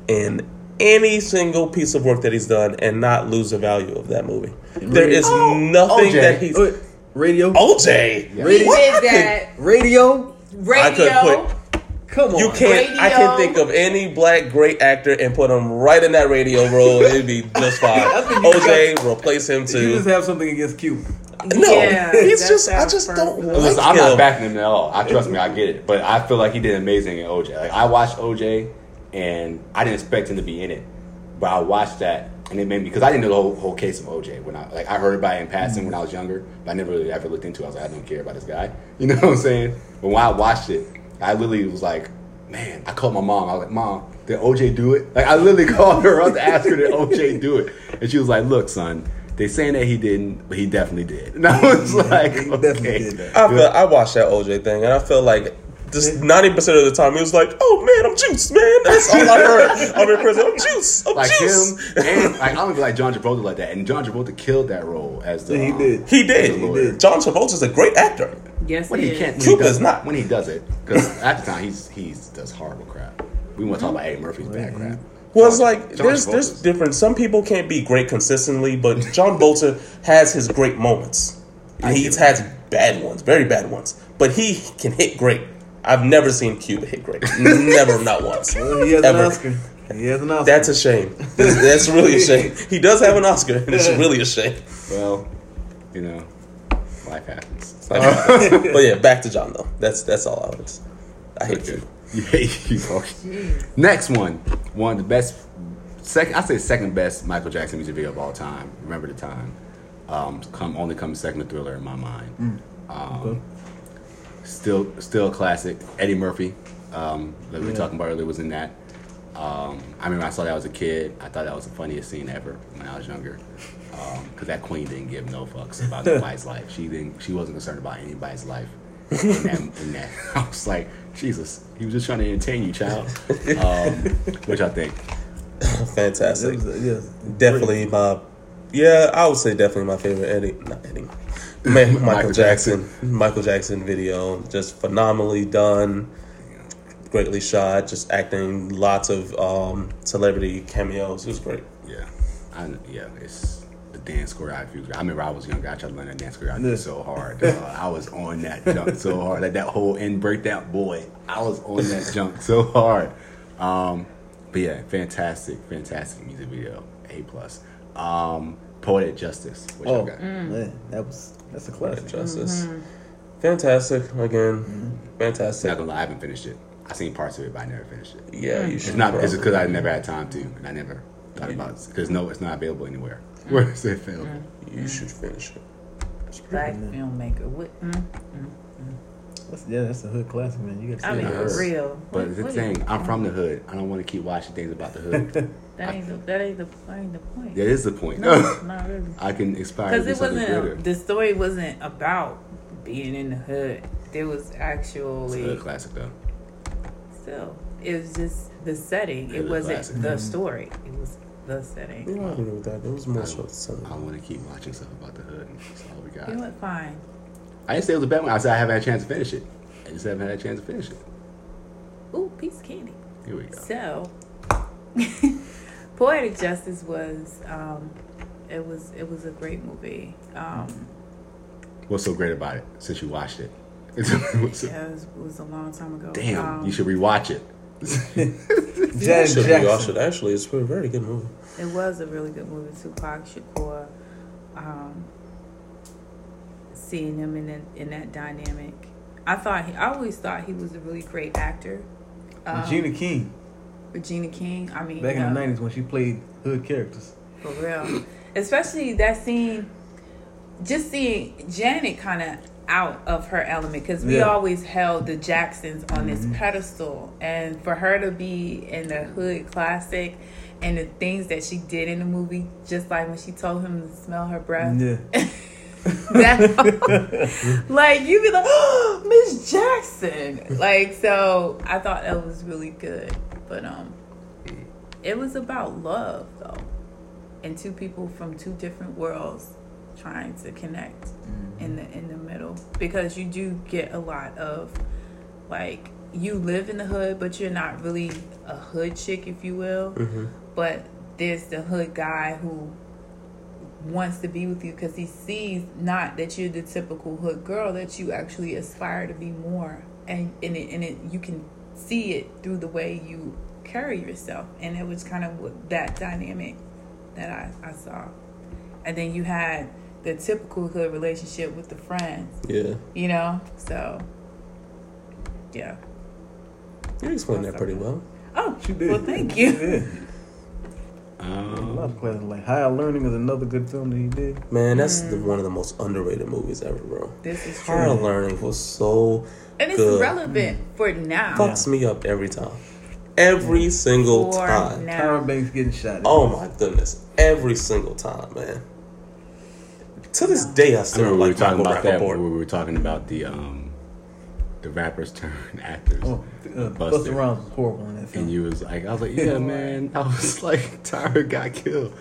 in any single piece of work that he's done and not lose the value of that movie. There is
Oh,
nothing
OJ.
that he's
Oh, wait, radio.
OJ.
Yeah.
He
Radio.
did that.
Radio.
Radio.
I couldn't put.
Come on.
You can't. I
Radio.
can think of any black great actor and put him right in that radio role. It'd be just fine.
I think you
OJ, replace him
You just
too.
have something against Q.
No,
Yeah,
it's
that's
just. I
our
just
first
don't.
love.
Listen,
like
I'm
him.
not backing him at all. I trust me, I get it. But I feel like he did amazing in OJ. Like I watched OJ, and I didn't expect him to be in it, but I watched that, and it made me because I didn't know the whole, whole case of OJ. When I like I heard about it in passing when I was younger, but I never really ever looked into. it. I was like, I don't care about this guy. You know what I'm saying? But when I watched it, I literally was like, man, I called my mom. I was like, mom, did OJ do it? Like I literally called her up to ask her did OJ do it, and she was like, look, son. They saying that he didn't, but he definitely did. And I was like,
he
okay.
definitely did that.
I felt, I watched that OJ thing, and I felt like just ninety percent of the time he was like, "Oh man, I'm juice, man." That's all I heard. I'm in prison. I'm juice. I'm
like
juice.
him, and like I don't feel like John Travolta like that. And John Travolta killed that role as the um,
Yeah, he did.
He did.
He did.
John Travolta's a great actor.
Yes,
When
it
he
is.
can't, when he
Cuba's
does
not.
not when he does it because at the time he's he's does horrible crap. We want to talk about Eddie Murphy's bad crap.
Well, it's like
John
there's
Travolta's-
there's different. Some people can't be great consistently, but John Bolton has his great moments. And he's had bad ones, very bad ones, but he can hit great. I've never seen Cuba hit great. Never, not once.
He has
Ever.
an Oscar. He has an Oscar.
That's a shame. That's- That's really a shame. He does have an Oscar, and it's really a shame.
Well, you know, life happens.
but yeah, back to John though. That's that's all I was. I hate you.
You hate you talking. Next one, one of the best, second I say second best Michael Jackson music video of all time. Remember the time. Um, come only comes second to Thriller in my mind. Um,
Okay.
still still a classic. Eddie Murphy, um, that we were talking about earlier, was in that. Um, I remember I saw that as a kid. I thought that was the funniest scene ever when I was younger, because that queen didn't give no fucks about nobody's life. She didn't. She wasn't concerned about anybody's life. In that, in that, I was like, Jesus, he was just trying to entertain you, child. Um, which I think
Fantastic.
It was a- yes.
Definitely my. Yeah, I would say definitely my favorite Eddie, not Eddie, Man, Michael,
Michael
Jackson. Michael Jackson video, just phenomenally done, greatly shot, just acting, lots of um, celebrity cameos. It was great.
Yeah, I yeah, it's the dance choreography. I remember I was younger. I tried to learn that dance choreography
Yeah.
so hard. dog. I was on that junk so hard. Like that whole end break that boy. I was on that junk so hard. Um, but yeah, fantastic, fantastic music video. A plus. Um, Poetic Justice. Which
Oh,
I got.
Mm.
man, that was that's a
Poetic
classic.
Justice. Fantastic again. Fantastic.
Not gonna lie, I haven't finished it. I seen parts of it, but I never finished it.
Yeah, you should.
It's not.
probably-
It's because I never had time to, and I never thought about it. Because no, it's not available anywhere. Where is it available?
you should finish it.
Black filmmaker. What, mm,
That's, yeah, that's a hood classic, man. You
I
gotta
mean,
see
Yes.
for real.
But
What-
the
what
thing,
is-
I'm from the hood. I don't want to keep watching things about the hood.
That ain't the, that ain't the, that ain't the point.
That is the point.
No, not really.
I can inspire you
Because
to do
it
something greater.
wasn't the story wasn't about being in the hood. There was
It's a
actually
hood classic though.
still it was just the setting.
It
It
was
wasn't
classic. Mm-hmm.
the story. It was the setting.
Yeah, I agree with that. It was more so.
I want to keep watching stuff about the hood. That's all we got.
It went fine.
I didn't say it was a bad one. I said I haven't had a chance to finish it. I just haven't had a chance to finish it.
Ooh, piece of candy.
Here we go.
So, Poetic Justice was um, it was it was a great movie. Um,
What's so great about it since you watched it?
yeah, it, was, it was a long time ago.
Damn,
Um,
you should rewatch it.
it.
Y'all
Janet
should, y'all
Jackson.
should actually. It's a very good movie.
It was a really good movie. Tupac Shakur, um, seeing him in that, in that dynamic. I thought he, I always thought he was a really great actor. Um,
Regina King
Regina King. I mean, uh,
back in the
no,
nineties when she played hood characters.
for real. Especially that scene, just seeing Janet kind of out of her element because we
Yeah. Mm-hmm.
always held the Jacksons on this pedestal, and for her to be in the hood classic. And the things that she did in the movie, just like when she told him to smell her breath,
Yeah,
that like you be like oh, miss jackson like so i thought that was really good but um it was about love though and two people from two different worlds trying to connect in the in the middle because you do get a lot of like you live in the hood but you're not really a hood chick if you will but there's the hood guy who wants to be with you because he sees not that you're the typical hood girl that you actually aspire to be more and and it, and it you can see it through the way you carry yourself, and it was kind of what- that dynamic that I, I saw, and then you had the typical hood relationship with the friends,
Yeah.
you know, so yeah.
You explained that pretty well.
Oh,
She did.
well, thank you.
Yeah. A
Um,
lot of classics. Like Higher Learning is another good film that he did.
Man, that's the, one of the most underrated movies ever, bro.
This is
Higher
Mm. true,
Learning was so
and it's
good.
relevant for now.
fucks me up every time,
Mm.
every single
For
time.
now.
Tyra Banks getting shot.
Oh my goodness, every single time, man. To this day, I
I
still
remember we were
like
talking
Michael
about that when
Rappaport.
we were talking about the um, the rappers turned actors.
Oh, uh,
Buster.
Buster Rhymes was horrible in that
And
film.
you was like, I was like, yeah, man. I was like, Tyra got killed.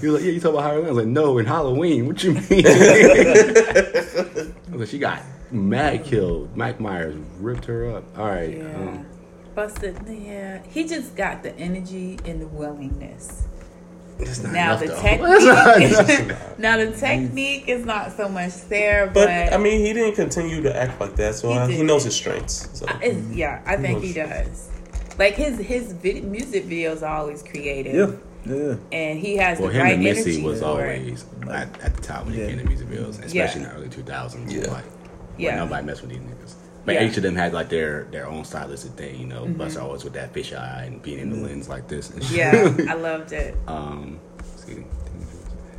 He was like, yeah, you talk about Halloween. I was like, no, in Halloween. What you mean? I was like, she got mad killed. Mike Myers ripped her up. All right.
Yeah.
Um,
Busted. Yeah. He just got the energy and the willingness.
that's not
Now the
enough, though.
technique. now the technique is not so much there, but,
But I mean, he didn't continue to act like that, so
He
I, he
didn't.
knows his strengths. So.
it's- yeah, I think he does. Like his his vid- music videos are always creative.
Yeah, yeah.
And he has
well,
the
him
right
and Missy
energy
was
for it.
always at, at the top when it
Yeah.
came to music videos, especially
Yeah.
in the early 2000s.
Yeah.
Like, yeah.
Yeah.
nobody messed with these niggas. But
Yeah. Mm-hmm.
each of them had like their their own stylistic thing, you know. Buster always with that fish eye and being in the lens like this. And shit.
Yeah, I loved it.
um, see,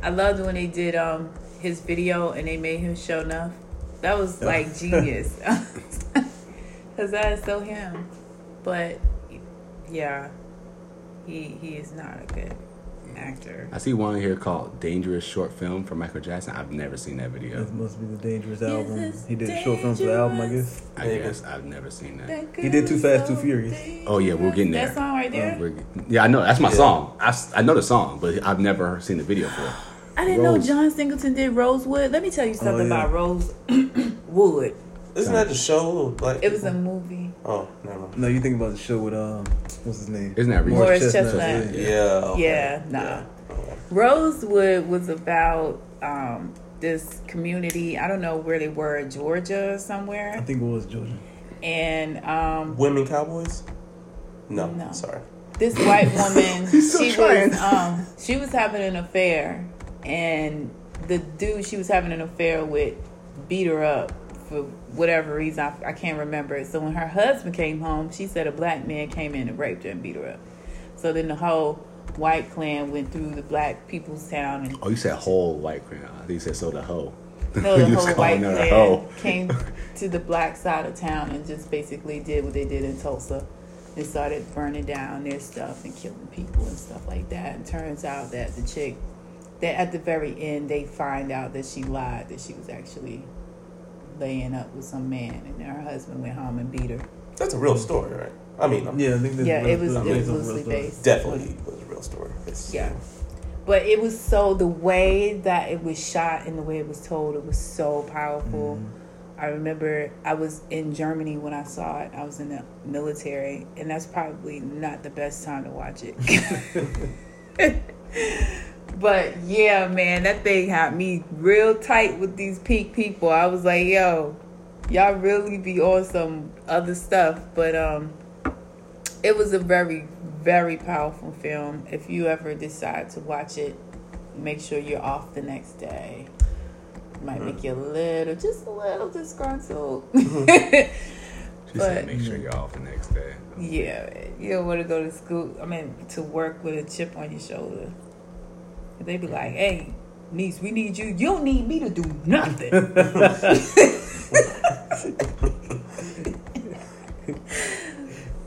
I loved when they did um his video and they made him show enough. That was like genius. Cause that is so him. But yeah. He he is not a good actor.
I see one here called "Dangerous Short Film" for Michael Jackson. I've never seen that video.
This must be the dangerous album.
is
He did a short film for the album, I guess.
I guess I've never seen that.
That
He did Too
girl
Fast,
is
Too Furious. Oh,
Oh, yeah, we're getting there.
That song right there.
We're- Yeah, I know that's my song. I, s- I know the song, but I've never seen the video for it.
I didn't
Rose.
know John Singleton did Rosewood. Let me tell you something
Oh, yeah.
about Rosewood.
Isn't that the show? Like
It was a movie.
oh, never mind.
No, you think about the show with um, what's his name?
Isn't that recent?
Morris Chestnut.
Yeah.
Yeah. okay.
Yeah, nah.
Oh,
Rosewood was about um, this community. I don't know where they were, Georgia or
I
somewhere.
think it was Georgia.
And um,
Women Cowboys? No,
No.
sorry.
this white woman,
He's still
she
trying.
was um, she was having an affair, and the dude she was having an affair with beat her up for whatever reason. I, I can't remember it. So when her husband came home, she said a black man came in and raped her and beat her up. So then the whole white clan went through the black people's town and
Oh, you said whole white crown. I think you said so the hoe.
No, the
You was
whole white
calling her a
man
hoe.
came to the black side of town and just basically did what they did in Tulsa. They started burning down their stuff and killing people and stuff like that. And turns out that the chick, that at the very end, they find out that she lied, that she was actually laying up with some man, and her husband went home and beat her.
That's a real story, right? I mean, I'm-
Yeah, I think that's
yeah, it was it
based on
was
a real
loosely
story.
based.
definitely was a real story. It's-
Yeah. But it was so the way that it was shot and the way it was told, it was so powerful. I remember I was in Germany when I saw it. I was in the military, and that's probably not the best time to watch it. but yeah, man, that thing had me real tight with these peak people. I was like, yo, y'all really be on some other stuff. But um, it was a very very powerful film if you ever decide to watch it make sure you're off the next day might make you a little just a little disgruntled
She said,
But-
make sure you're off the next day.
yeah you don't want to go to school i mean to work with a chip on your shoulder they be like hey niece we need you you don't need me to do nothing
All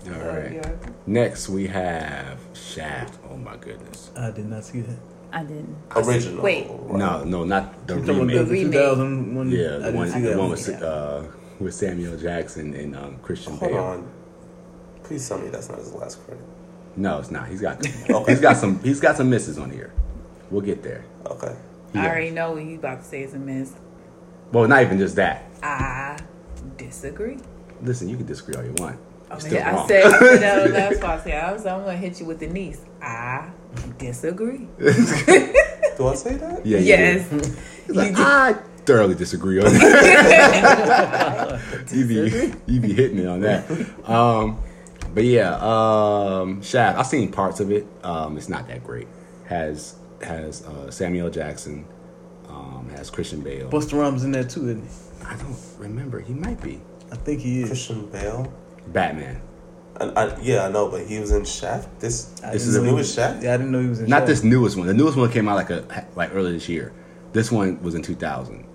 So,
right.
yeah.
Next, we have Shaft. Oh my goodness.
I did not see that.
i didn't
Original.
Wait.
No, no, not the
Talking about
remake.
remake.
two thousand one.
Yeah,
I
the
didn't
one,
see
the
that
one
one.
with uh, with Samuel Jackson and um, Christian
Hold
Bale.
on. Please tell me that's not his last credit.
No, it's not. He's got
Okay.
he's got some he's got some misses on here. We'll get there.
Okay.
i
Yeah.
already know what you about to say is a miss
Well, not even just that.
i disagree
Listen, you can disagree all you want. You're
Okay,
still
Oh, I
wrong.
said no, that's why I said I was, I'm gonna hit you with the niece. I disagree.
Do I say that?
yeah, you
yes,
did. He's like,
You did.
I thoroughly disagree on that. you be you be hitting it on that. Um, but yeah, um, Shaft. I've seen parts of it. Um, it's not that great. Has has uh, Samuel Jackson. Um, has Christian Bale.
Buster Rhymes in there too, isn't he?
I don't remember. He might be
I think he is.
Christian Bale.
Batman.
I, I, yeah, I know, but he was in Shaft. This
I
this
didn't
is the
know he
newest Shaft.
Yeah, I didn't know he was in.
Not
Shaft.
this newest one. The newest one came out like a like earlier this year. This one was in 2000.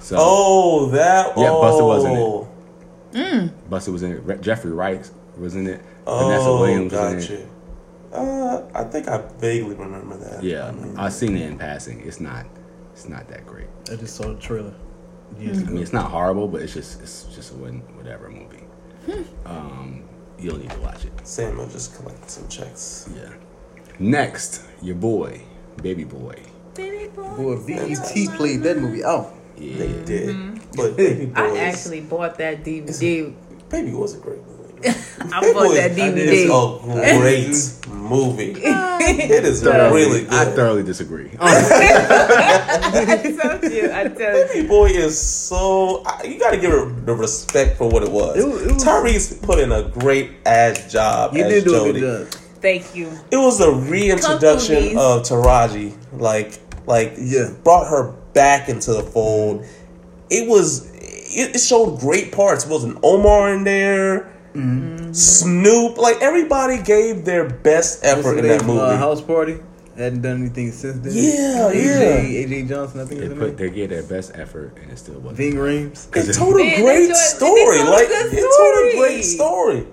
So
Oh, that.
Yeah, Busta
oh.
was in it. Buster was in it. Re- Jeffrey Wright was in it. Vanessa Williams was in it.
Oh, gotcha. Uh, I think I vaguely remember that.
Yeah,
I mean,
I've seen it in passing. It's not, it's not that great.
I just saw the trailer. Years
I
Hmm.
ago.
mean, it's not horrible, but it's just, it's just a win, whatever movie.
Hmm.
Um, you'll need to watch it.
Samuel just collected some checks.
Yeah. Next, your boy, baby boy.
Baby boy,
Boy,
say
E
BET
your
played that
mind.
movie out.
Yeah.
They did, but Baby Boy.
Mm-hmm. I
is-
actually bought that DVD.
Baby was a great movie.
I bought that
It's
DVD.
a great movie. It is
Thoroughly-
really
I
good.
thoroughly disagree. Honestly,
I told you. I told you.
Baby Boy is so. I- You gotta give it the respect for what it was.
It was- it was-
Tyrese put in a great ass job.
He
as
did do
Jody.
a good job.
Thank you.
It was a reintroduction
Couple
of Taraji. Like, like
Yeah.
brought her back into the fold. It was. It, it showed great parts. It wasn't Omar in there.
Mm-hmm.
Snoop, like everybody gave their best effort in that
What's the name,
movie.
uh, House Party. Hadn't done anything since then.
Yeah,
AJ, AJ Johnson, I think
they
is
put
name.
they gave their best effort, and it still wasn't.
Ving Rhames.
It told a
Man, they
great
told- they
story.
told a
like
good
it told a
story.
great story.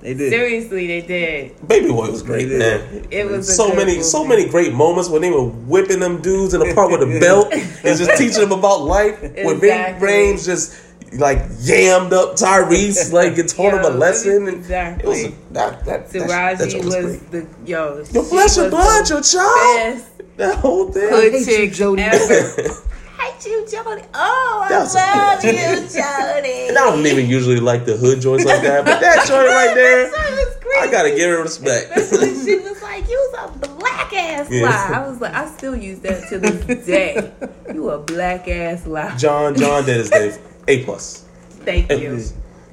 They did.
Seriously, they did.
Baby Boy was great,
They did.
man.
It was a
So
good
many, so
movie.
many great moments when they were whipping them dudes in the park with a belt and just teaching them about life. When Big
Exactly.
Brains just like yammed up Tyrese, like it taught him
Yo,
a lesson. And
exactly.
It was a, that that that, that,
Taraji
shit
was,
was, great.
the yo.
Your
she
flesh
was
and blood,
the
your child.
best
That whole thing.
hood
hate you,
chick
Jody.
ever. hate you, Jody. Oh, I
That was a-
love you, Jody.
And I don't even usually like the hood joints like that, but that joint right there,
That song was great.
I gotta give it respect.
Especially she was like, "You was a black ass
Yeah.
lie." I was like, I still use that to this day. You a black ass lie.
John John did his day A plus.
Thank you.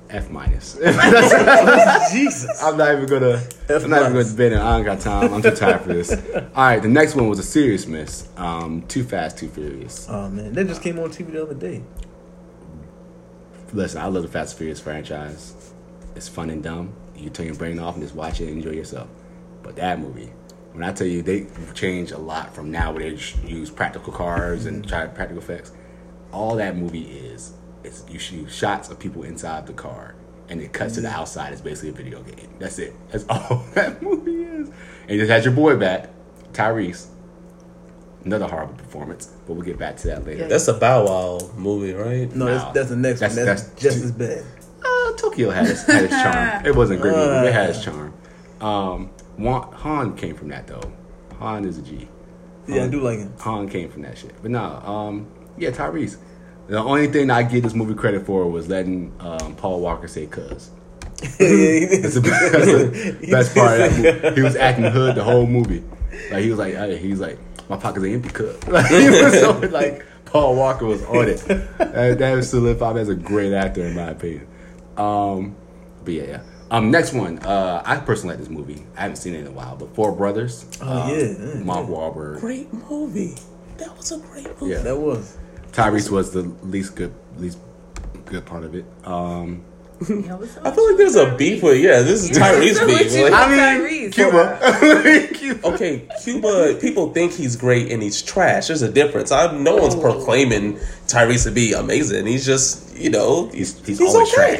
F minus.
Jesus.
I'm not even gonna. I'm not even gonna debate it. I don't got time. I'm too tired for this. All right, the next one was a serious miss. Um, too fast, too furious.
Oh man, that just came on TV the other day.
Listen, I love the Fast and Furious franchise. It's fun and dumb. You turn your brain off and just watch it and enjoy yourself. But that movie, when I tell you they change a lot from now, where they sh- use practical cars and try practical effects, all that movie is it's you shoot shots of people inside the car and it cuts to the outside. It's basically a video game. That's it. That's all that movie is. And it has your boy back, Tyrese. Another horrible performance, but we'll get back to that later.
That's a Bow Wow movie, right?
No,
No.
that's, that's the next
That's-
one. That's,
that's
just
two-
as bad.
uh, Tokyo had its, had its charm. It wasn't a great movie, but it had its charm. Um, Wan- Han came from that though. Han is a G.
Yeah,
Um,
I do like him.
Han came from that shit. But no, um, yeah, Tyrese. The only thing I give this movie credit for was letting um, Paul Walker say "cuz."
yeah, he did.
That's the best, that's the best part of that movie. He was acting hood the whole movie. Like he was like, hey, he was like, my pockets are empty, cuz. Like, he was so like Paul Walker was on it. That, that was solidified as a great actor in my opinion. Um, but yeah, yeah. Um, next one. Uh, I personally like this movie. I haven't seen it in a while, but Four Brothers.
Oh,
um,
yeah, yeah,
Mark Wahlberg.
Great movie. That was a great movie.
Yeah.
That was.
Tyrese was the least good, least good part of it. Um,
I feel like there's a beef with yeah. This is Tyrese
so
beef.
what you-
Like,
Tyrese.
Cuba. Cuba.
okay, Cuba. People think he's great and he's trash. There's a difference. I'm no one's proclaiming Tyrese to be amazing. He's just you know he's
He's- he's
he's,
always
okay.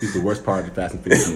He's the worst part of the Fast and Furious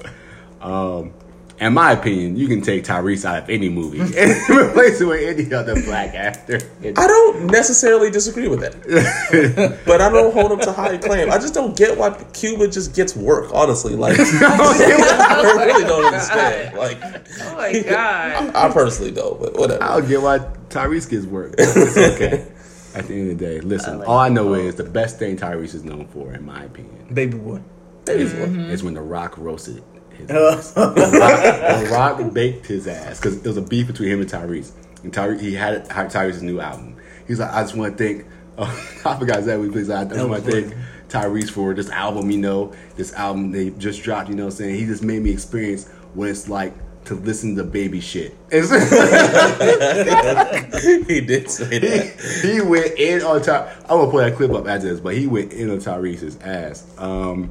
movies. um, in my opinion, you can take Tyrese out of any movie and replace it with any other black actor.
I don't necessarily disagree with that, but I don't hold him to high claim. I just don't get why Cuba just gets work. Honestly, like I really don't understand. Like
Oh my god.
I personally don't, but whatever.
I don't get why Tyrese gets work. It's okay. At the end of the day, listen. all I know is the best thing Tyrese is known for, in my opinion,
Baby boy.
is, is when The Rock roasted his
Uh,
The Rock baked his ass because it was a beef between him and Tyrese. And Tyrese, he had Ty- Tyrese's new album. He He's like, I just want to thank. Uh, I forgot exactly. But he's like, I just
That
want to
was
thank Tyrese for this album. You know, this album they just dropped. You know, what I'm saying he just made me experience what it's like to listen to baby shit. It's-
he did say that.
he went in on top. I'm gonna play that clip up after this, but he went in on Tyrese's ass. Um,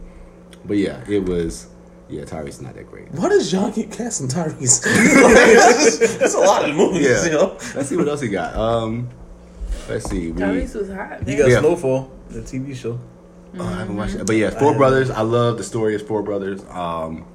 but yeah, it was. Yeah, Tyrese's not that great.
Why does John keep casting Tyrese? like, that's, that's a lot of movies,
Yeah.
you know?
Let's see what else he got. Um, let's see. We,
Tyrese was hot.
You
man.
got
Yeah.
Snowfall, the TV show.
Oh, I haven't watched it. But yeah, Four Brothers. I love the story of Four Brothers. Um,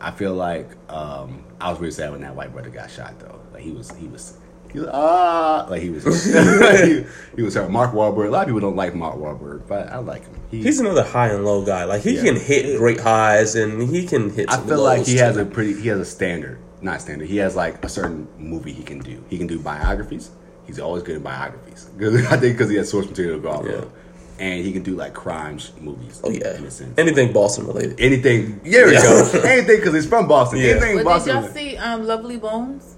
I feel like um, I was really sad when that white brother got shot though. Like he was, he was, he was ah, like he was, he, he was hurt. Mark Wahlberg. A lot of people don't like Mark Wahlberg, but I like him. He,
He's another high and low guy. Like, he
Yeah.
can hit great highs and he can hit
I
some
feel like
lows,
he has
too.
a pretty, he has a standard, not standard. He has like a certain movie he can do. He can do biographies. He's always good at biographies. 'Cause I think because he has source material to go off
Yeah.
of. And he can do like crime sh- movies.
Oh, yeah.
in a sense.
Anything Boston related.
Anything. There we
Yeah.
go. Anything because he's from Boston.
Yeah.
Anything
But did
Boston.
y'all see um, Lovely Bones?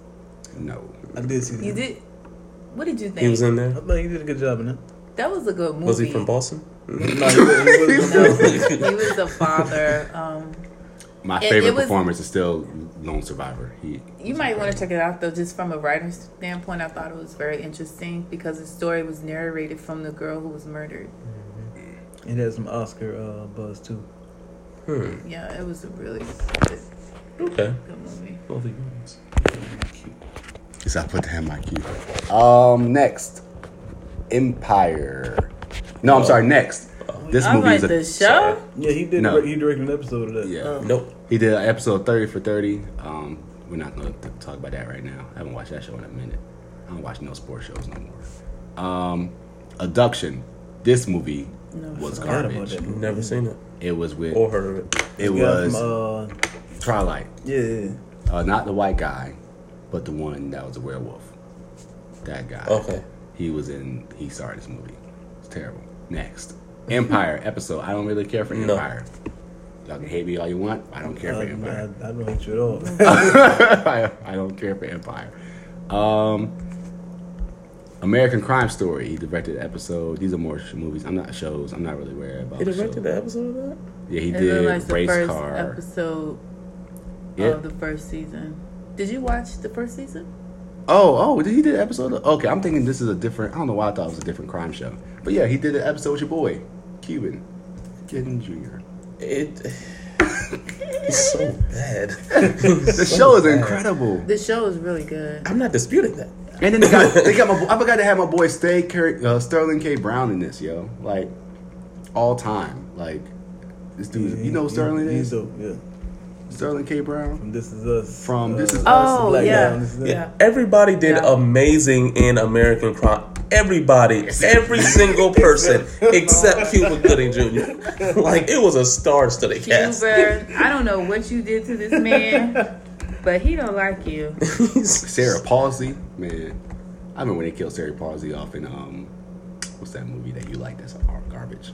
Mm-hmm.
no.
I did see that.
You did. What did you think?
He was in there.
I thought he did a good job in that.
that was a good movie.
Was he from Boston?
No, he wasn't- he wasn't from Boston.
he was a father. Um,
My
It-
favorite
it was-
performance is still Lone Survivor. He.
You might want to check it out though, just from a writer's standpoint. I thought it was very interesting because the story was narrated from the girl who was murdered.
It has some Oscar uh, buzz too.
Hmm.
Yeah, it was a really good,
Okay.
good movie.
Both of you guys.
Yes, I put that in my cue. Um, next, Empire. No,
Oh.
I'm sorry. Next, this
I'm
movie
like
is a.
the show.
Yeah, he did.
No.
He directed an episode of that.
Yeah.
Nope.
He did episode 30 for 30. Um, we're not going to talk about that right now. I haven't watched that show in a minute. I don't watch no sports shows no more. Um, Abduction. This movie was
forgot about
garbage.
that movie.
Never seen it
It was with.
or heard of it.
it
He got
was
From, uh,
Twilight.
yeah, yeah,
Uh, not the white guy, but the one that was a werewolf. That guy.
Okay.
He was in. He started this movie. It's terrible. Next, Empire episode. I don't really care for
No.
Empire. Y'all can hate me all you want. I don't care
yeah.
for
I,
Empire.
I, I don't hate you at all.
I, I don't care for Empire. Um, American Crime Story. He directed the episode. These are more sh- movies. I'm not shows. I'm not really aware about.
He
the
directed
show.
the episode of that?
Yeah, he
It
did
looked like the
race
first
car.
episode
Yeah.
of the first season. Did you watch the first season?
Oh, oh, did he did an episode? Of, okay, I'm thinking this is a different. I don't know why I thought it was a different crime show. But yeah, he did an episode with your boy, Cuban, Cuban Jr.
It. It's so bad.
The show is incredible.
The show is really good.
I'm not disputing that.
And then they got, they got my. bo- I forgot to have my boy Stay Ker- uh, Sterling K. Brown in this, yo. Like all time, like this dude. you know who Sterling is
He's dope. Yeah.
Sterling K. Brown.
From This Is Us. Uh,
From This Is Us.
Oh,
Black
yeah.
Adam, This Is Us.
Yeah, everybody did
Yeah.
amazing in American Crime. Everybody, every single person except Cuba Gooding Jr. Like it was a stars to the cast.
Cuba, I don't know what you did to this man, but he don't like you.
Sarah Palsy, man. I remember when they killed Sarah Palsy off in um, what's that movie that you like? That's gar- garbage.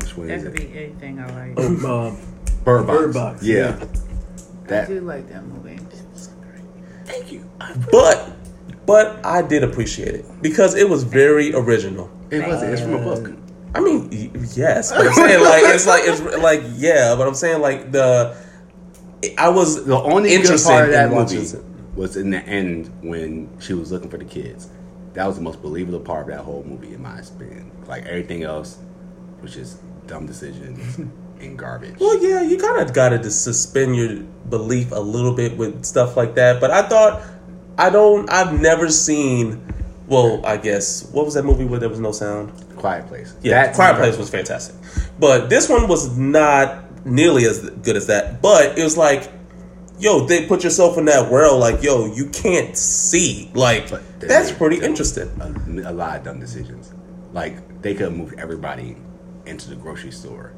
Which one
That
is
could
it?
be anything I like.
Oh, um,
Bird Box.
Bird Box,
Yeah.
yeah.
I
That.
do like that movie.
Thank you.
but but I did appreciate it because it was very original.
It wasn't. It's from a book.
Uh,
I mean, y- yes, but I'm saying like it's like it's like yeah, but I'm saying like the I was
The only good
interested
part of
in
that
watching
movie
it.
was in the end when she was looking for the kids. That was the most believable part of that whole movie, in my opinion. Like everything else was just dumb decisions and garbage.
Well, yeah, you kind of got to suspend your belief a little bit with stuff like that. But I thought, I don't, I've never seen. Well, I guess what was that movie where there was no sound?
Quiet Place.
Yeah,
That's
Quiet
incredible.
Place was fantastic, but this one was not nearly as good as that. But it was like, yo, they put yourself in that world. Like, yo, you can't see. Like,
But they-
that's pretty
they-
interesting.
a, a lot of dumb decisions. Like they could have moved everybody into the grocery store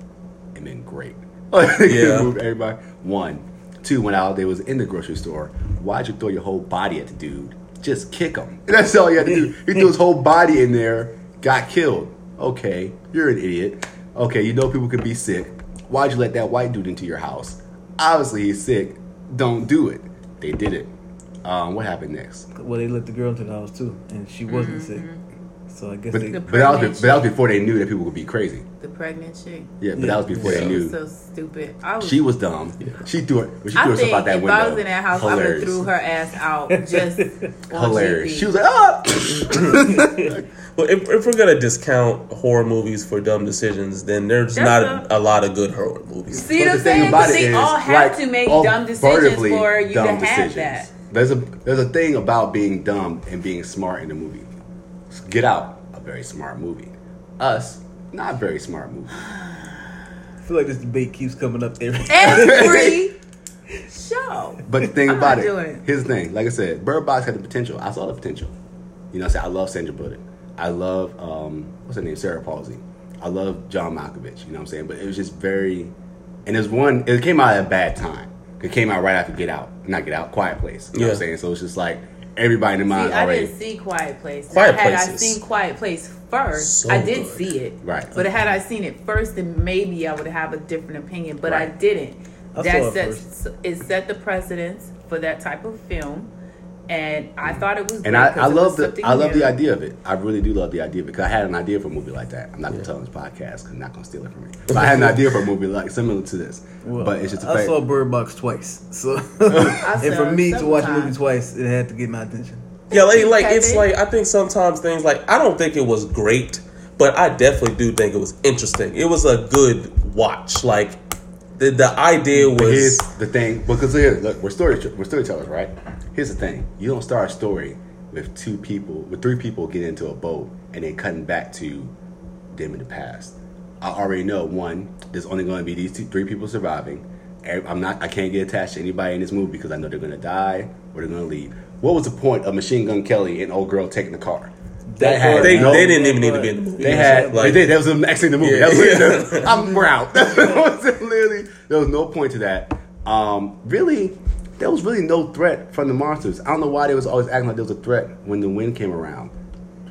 and been great. Like they could
Yeah.
have moved everybody. One, two. When out they was in the grocery store, why'd you throw your whole body at the dude? Just kick him. That's all you had to do. He threw his whole body in there, got killed. Okay, you're an idiot. Okay, you know people could be sick. Why'd you let that white dude into your house? Obviously he's sick. Don't do it. They did it. Um, what happened next?
Well, they let the girl into the house too, and she wasn't sick. So I guess
But,
they.
Mm-hmm, The
but that was but that was before they knew that people would be crazy.
The pregnant chick.
Yeah, but that was before
She
they
was
knew.
so stupid. I was.
She was dumb. She threw it. She
I
threw herself
think
out that
if
window.
I was in that house, I would
Hilarious.
have threw her ass out. Just on
Hilarious.
GP.
She was like, ah.
Well, if, if we're gonna discount horror movies for dumb decisions, then there's
That's
not
a-
a, lot of good horror movies.
See
But
what
the
I'm
thing
saying?
about
'Cause
it
they
is,
all had
like,
to make
all
dumb decisions
vertically
for you to
dumb
have that.
There's a there's a thing about being dumb and being smart in the movie. Get Out, a very smart movie. Us, not very smart movie.
I feel like this debate keeps coming up every.
Eh. Every show.
But the thing
I'm
about
not
it,
doing it.
here's the thing. Like I said, Bird Box had the potential. I saw the potential. You know, I said I love Sandra Bullock. I love um, what's her name, Sarah Palsy. I love John Malkovich. You know what I'm saying? But it was just very, and there's one. It came out at a bad time. It came out right after Get Out, not Get Out, Quiet Place. You know what I'm
Yeah.
saying? So it's just like everybody in the mind
See, I
already.
didn't see Quiet Place.
Quiet
had I
Places.
seen Quiet Place first,
So
I did
good.
see it.
Right.
But had I seen it first, then maybe I would have a different opinion. But I
Right.
didn't.
I saw
that
it
sets it set the precedence for that type of film, and I thought it was.
and
great
I,
'cause
I
it was
love the
something
I love
new.
the idea of it. I really do love the idea because I had an idea for a movie like that. I'm not gonna tell on this podcast because I'm not gonna steal it from me. But I had an idea for a movie like similar to this.
Well,
but it's just a
I
fact.
saw Bird Box twice, so
saw
and for
it
me to watch a movie
sometimes.
twice, it had to get my attention.
Yeah, like, like it's
Kevin?
like I think sometimes things like I don't think it was great, but I definitely do think it was interesting. It was a good watch. Like the the idea
But here's
was
the thing. Because here, look, we're story we're storytellers, right? Here's the thing. You don't start a story with two people, with three people getting into a boat and then cutting back to them in the past. I already know one. There's only going to be these two, three people surviving. Ev- I'm not. I can't get attached to anybody in this movie because I know they're going to die or they're going to leave. What was the point of Machine Gun Kelly and Old Girl taking the car? That had
they,
no-
they didn't even need to be in the movie.
they had
like
they did. That was the next thing in the movie. That
Yeah.
was literally- I'm we're out. That was literally there was no point to that. Um, really, there was really no threat from the monsters. I don't know why they was always acting like there was a threat when the wind came around.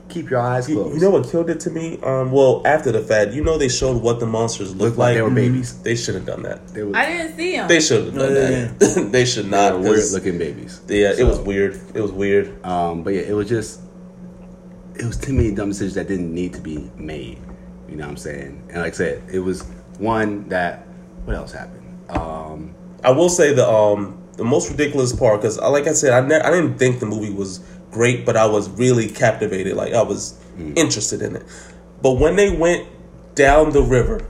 Keep your eyes
You,
closed.
you know what killed it to me? Um, well, after the fact, you know they showed what the monsters looked,
Looked like
like.
they were babies.
They should have done that.
They were
I didn't see him.
They should have done
Yeah,
that. they should not.
weird
'cause-
looking babies.
Yeah, it
So,
was weird. It was weird.
Um, but yeah, it was just it was too many dumb decisions that didn't need to be made. You know what I'm saying? And like I said, it was one that what else happened? Um,
I will say the um the most ridiculous part because like I said I ne- I didn't think the movie was great but I was really captivated like I was
Mm.
interested in it. But when they went down the river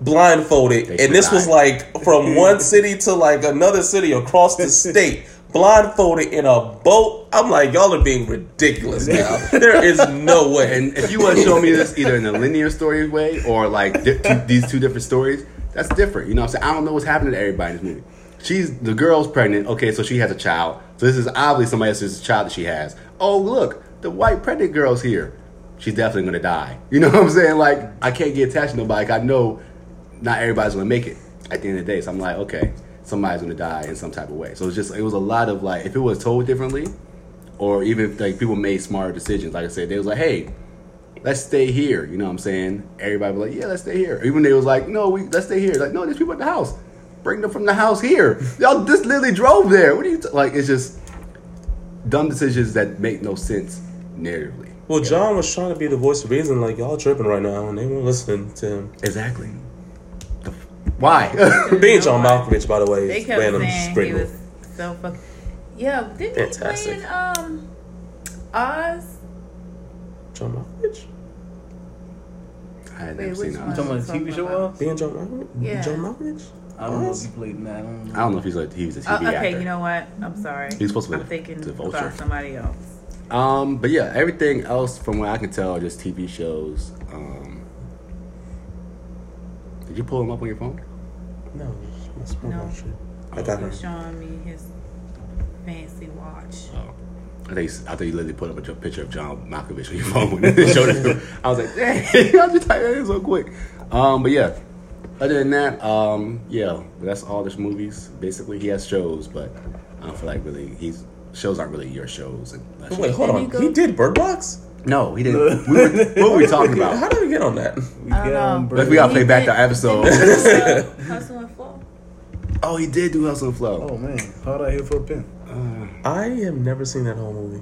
blindfolded
They
and this was like from one city to like another city across the state blindfolded in a boat I'm like y'all are being ridiculous now. there is no way.
And if you want to show me this either in a linear story way or like di- two, these two different stories, that's different. You know what I'm saying? I don't know what's happening to everybody in this movie. She's the girl's pregnant. Okay, so she has a child. So this is obviously somebody else's child that she has. Oh, look, the white pregnant girl's here. She's definitely going to die. You know what I'm saying? Like, I can't get attached to nobody. 'cause I know not everybody's going to make it at the end of the day. So I'm like, okay, somebody's going to die in some type of way. So it's just, it was a lot of like, if it was told differently, or even if like people made smarter decisions, like I said, they was like, hey, let's stay here. You know what I'm saying? Everybody was like, yeah, let's stay here. Even they was like, no, we let's stay here. Like, no, there's people at the house. Bring them from the house here. Y'all just literally drove there. What are you t-? like? It's just dumb decisions that make no sense narratively.
Well, John was trying to be the voice of reason like y'all tripping right now and they weren't listening to him.
Exactly. The f- Why?
Being John Malkovich, by the way,
They
is
kept
random
saying
straight
he
move.
was so fucking. Yeah, didn't
Fantastic.
he play in um, Oz?
John Malkovich?
I had
Wait,
never seen
which one?
that.
You talking about the TV show? Oz?
Being John Malkovich?
Yeah.
John Malkovich?
I don't know if you played. Nah, I don't
I
know.
don't know if he's like he was a TV
Uh, okay,
actor.
you know what? I'm sorry.
He's supposed to be
I'm
the-
thinking
the vulture.
about somebody else.
Um, but yeah, everything else from what I can tell are just TV shows. Um, did you pull them up on your phone?
No, it's my
No.
smartwatch. shit. I got her.
He's showing me his fancy watch.
Oh. I think, I think you literally put up a jo- picture of John Malkovich on your phone when they showed it. to him. I was like, dang, I just typed that in so quick. Um, but yeah, other than that, um, yeah, that's all this movies. Basically, he has shows, but I don't feel like really he's shows aren't really your shows. And
Wait, hold
Didn't he
on.
go-
He did Bird Box?
no, he didn't. we were, what were we talking
How
about?
did we get on that?
We
I don't know.
on
Like, we gotta
Bird-
play back the
He did-
episode.
did he do, uh, Hustle and Flow.
Oh, he did do Hustle and Flow.
Oh man, hard out here for a pin.
I have never seen that whole movie.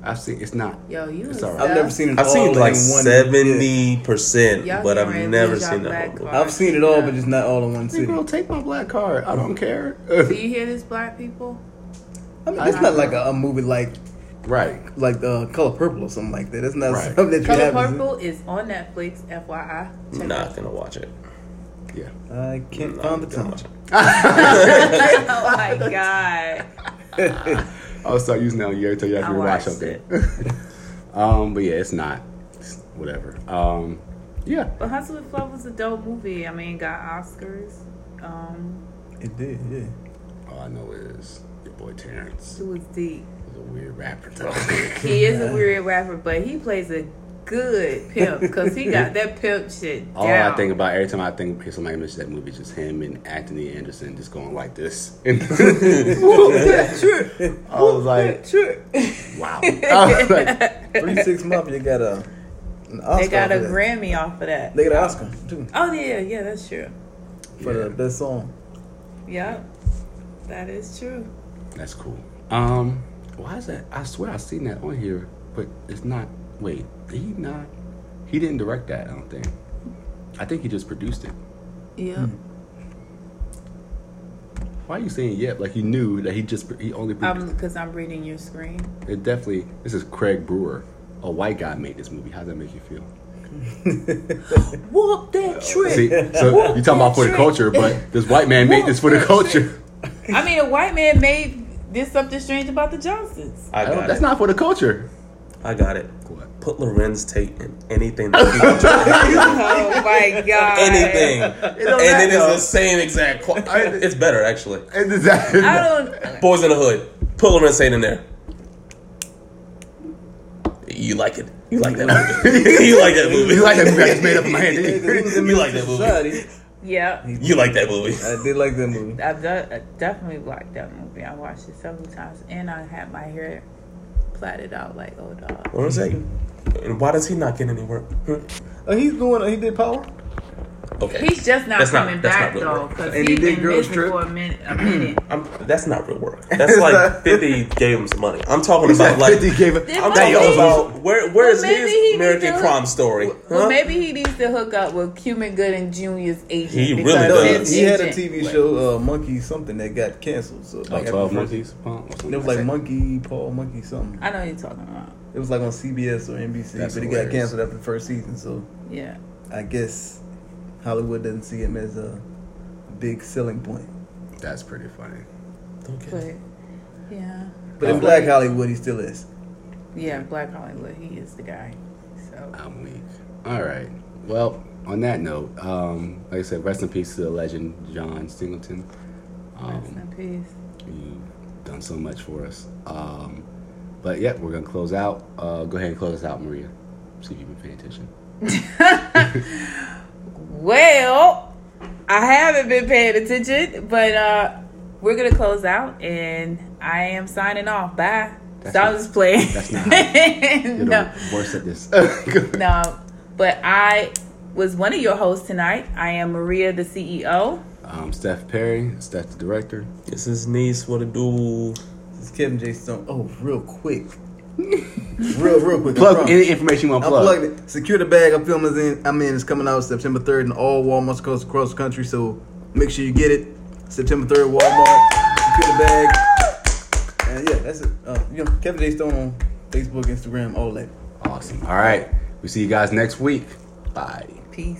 I've seen. It's not.
Yo, you.
It's
a
alright.
I've
sub.
never seen it.
I've
all
seen
in
like
one- yeah.
seventy percent,
Y'all
but I've
friends,
never
y'all
seen that
black
whole movie.
card.
I've seen it all, but just not all in one city.
Girl, take my black card. I don't care.
Do you hear this, black people?
I mean, it's not like a, a movie like
right.
like uh, Color Purple or something like that. It's not
Right.
something that you
Color
have. is it?
Purple is on Netflix. FYI, check it out.
Not gonna watch it.
Yeah.
I can't
Not
find the
gonna
time.
watch it.
Oh my god,
I'll start using that every time you have
I
to watch
watched
something.
it.
Um, but yeah, it's not. It's whatever. Um, yeah.
But Hustle and Flow was a dope movie. I mean, got Oscars. Um,
It did, yeah.
All I know is your boy Terrence
it was deep.
is a weird rapper.
He is a weird rapper, but he plays a good pimp because he got that pimp shit
All
down.
I think about every time I think of somebody mentions that movie, is just him and Anthony Anderson just going like this. I was like,
Sure.
wow. I was like,
Three Six Mafia got a an Oscar.
they got a
for that.
Grammy off of that.
They got an Oscar too
Oh yeah, yeah, that's true.
for
Yeah.
the best song.
Yep, that is true.
that's cool. Um, why is that? I swear I seen that on here, but it's not. Wait, did he not? He didn't direct that. I don't think. I think he just produced it.
Yep.
Why are you saying yep? Like he knew that he just he only produced.
I'm because Um, I'm reading your screen.
it definitely. This is Craig Brewer, a white guy made this movie. How does that make you feel?
Whoop that trick.
See, so you talking about for the culture, but this white man made this for the culture.
I mean, a white man made this something strange about the Johnsons.
I
I don't-
got
that's
it.
not for the culture.
I got it.
What?
Put Lorenz Tate in anything that people do.
Oh my god!
anything,
don't
and it is
matter.
the same exact. Qu- it's better actually.
And is that-
I don't.
Boys in the Hood. Put Lorenz Tate in there. You like it. You like that movie. you like that movie.
You like that movie I just made up in my head? didn't you?
You like that movie.
Society.
Yeah,
You like that movie.
I did like that movie.
I've done, I definitely liked that movie. I watched it several times, and I had my hair plaited out like old dog.
Lorenz Tate. And why does he not get any work? Hmm.
Oh, he's doing. He did Power.
Okay.
He's just not
That's not-
coming
that's
back
not real
though,
work.
because
And
he
he did
been
Girls
missing
Trip.
for a minute. A minute.
I'm, that's not real work. That's like
not.
Fifty gave him some money. I'm talking
That
about like
50 gave a-
Then
I'm
why
talking
did he-
about where where
Well,
is
maybe he
his
needs
American
to-
crime story?
Well,
huh?
maybe he needs to hook up with Cuban Gooding Jr.'s agent.
He really
because
No,
his
he, he had a
agent-
TV show, uh, Monkey something, that got canceled. So
Oh,
like,
12
after-
monkeys. Pump or something.
It was like Monkey Paul, Monkey something.
I know you're talking about.
It was like on CBS or NBC,
That's
but it
hilarious.
got canceled after the first season. So
Yeah.
I guess Hollywood doesn't see him as a big selling point.
That's pretty funny.
Okay.
But yeah,
But in Black Hollywood, he still is.
yeah, Black Hollywood. He is the guy. So
I'm weak. All right. Well, on that note, um, like I said, rest in peace to the legend John Singleton.
rest
Um,
in peace.
you've done so much for us. Um, but yeah, we're gonna close out. Uh, go ahead and close us out, Maria. See if you've been paying attention.
Well, I haven't been paying attention, but uh we're gonna close out, and I am signing off. Bye.
That's
so I
not-
was playing.
that's not You're
no,
the worst at this.
no. But I was one of your hosts tonight. I am Maria, the E CEO.
um, Steph Perry, Steph the director.
This is niece. What a dude.
It's Kevin J. Stone. Oh, real quick. real, real quick. I
Plug
promise.
any information you want
I
to plug.
plugged it. Secure the bag. I'm filming in. I'm in. It's coming out September 3rd in all Walmart's across, across the country. So make sure you get it. September 3rd, Walmart. Secure the bag. And yeah, that's it. Uh, you know, Kevin J. Stone on Facebook, Instagram, all that.
Awesome. All right. We see you guys next week. Bye.
Peace.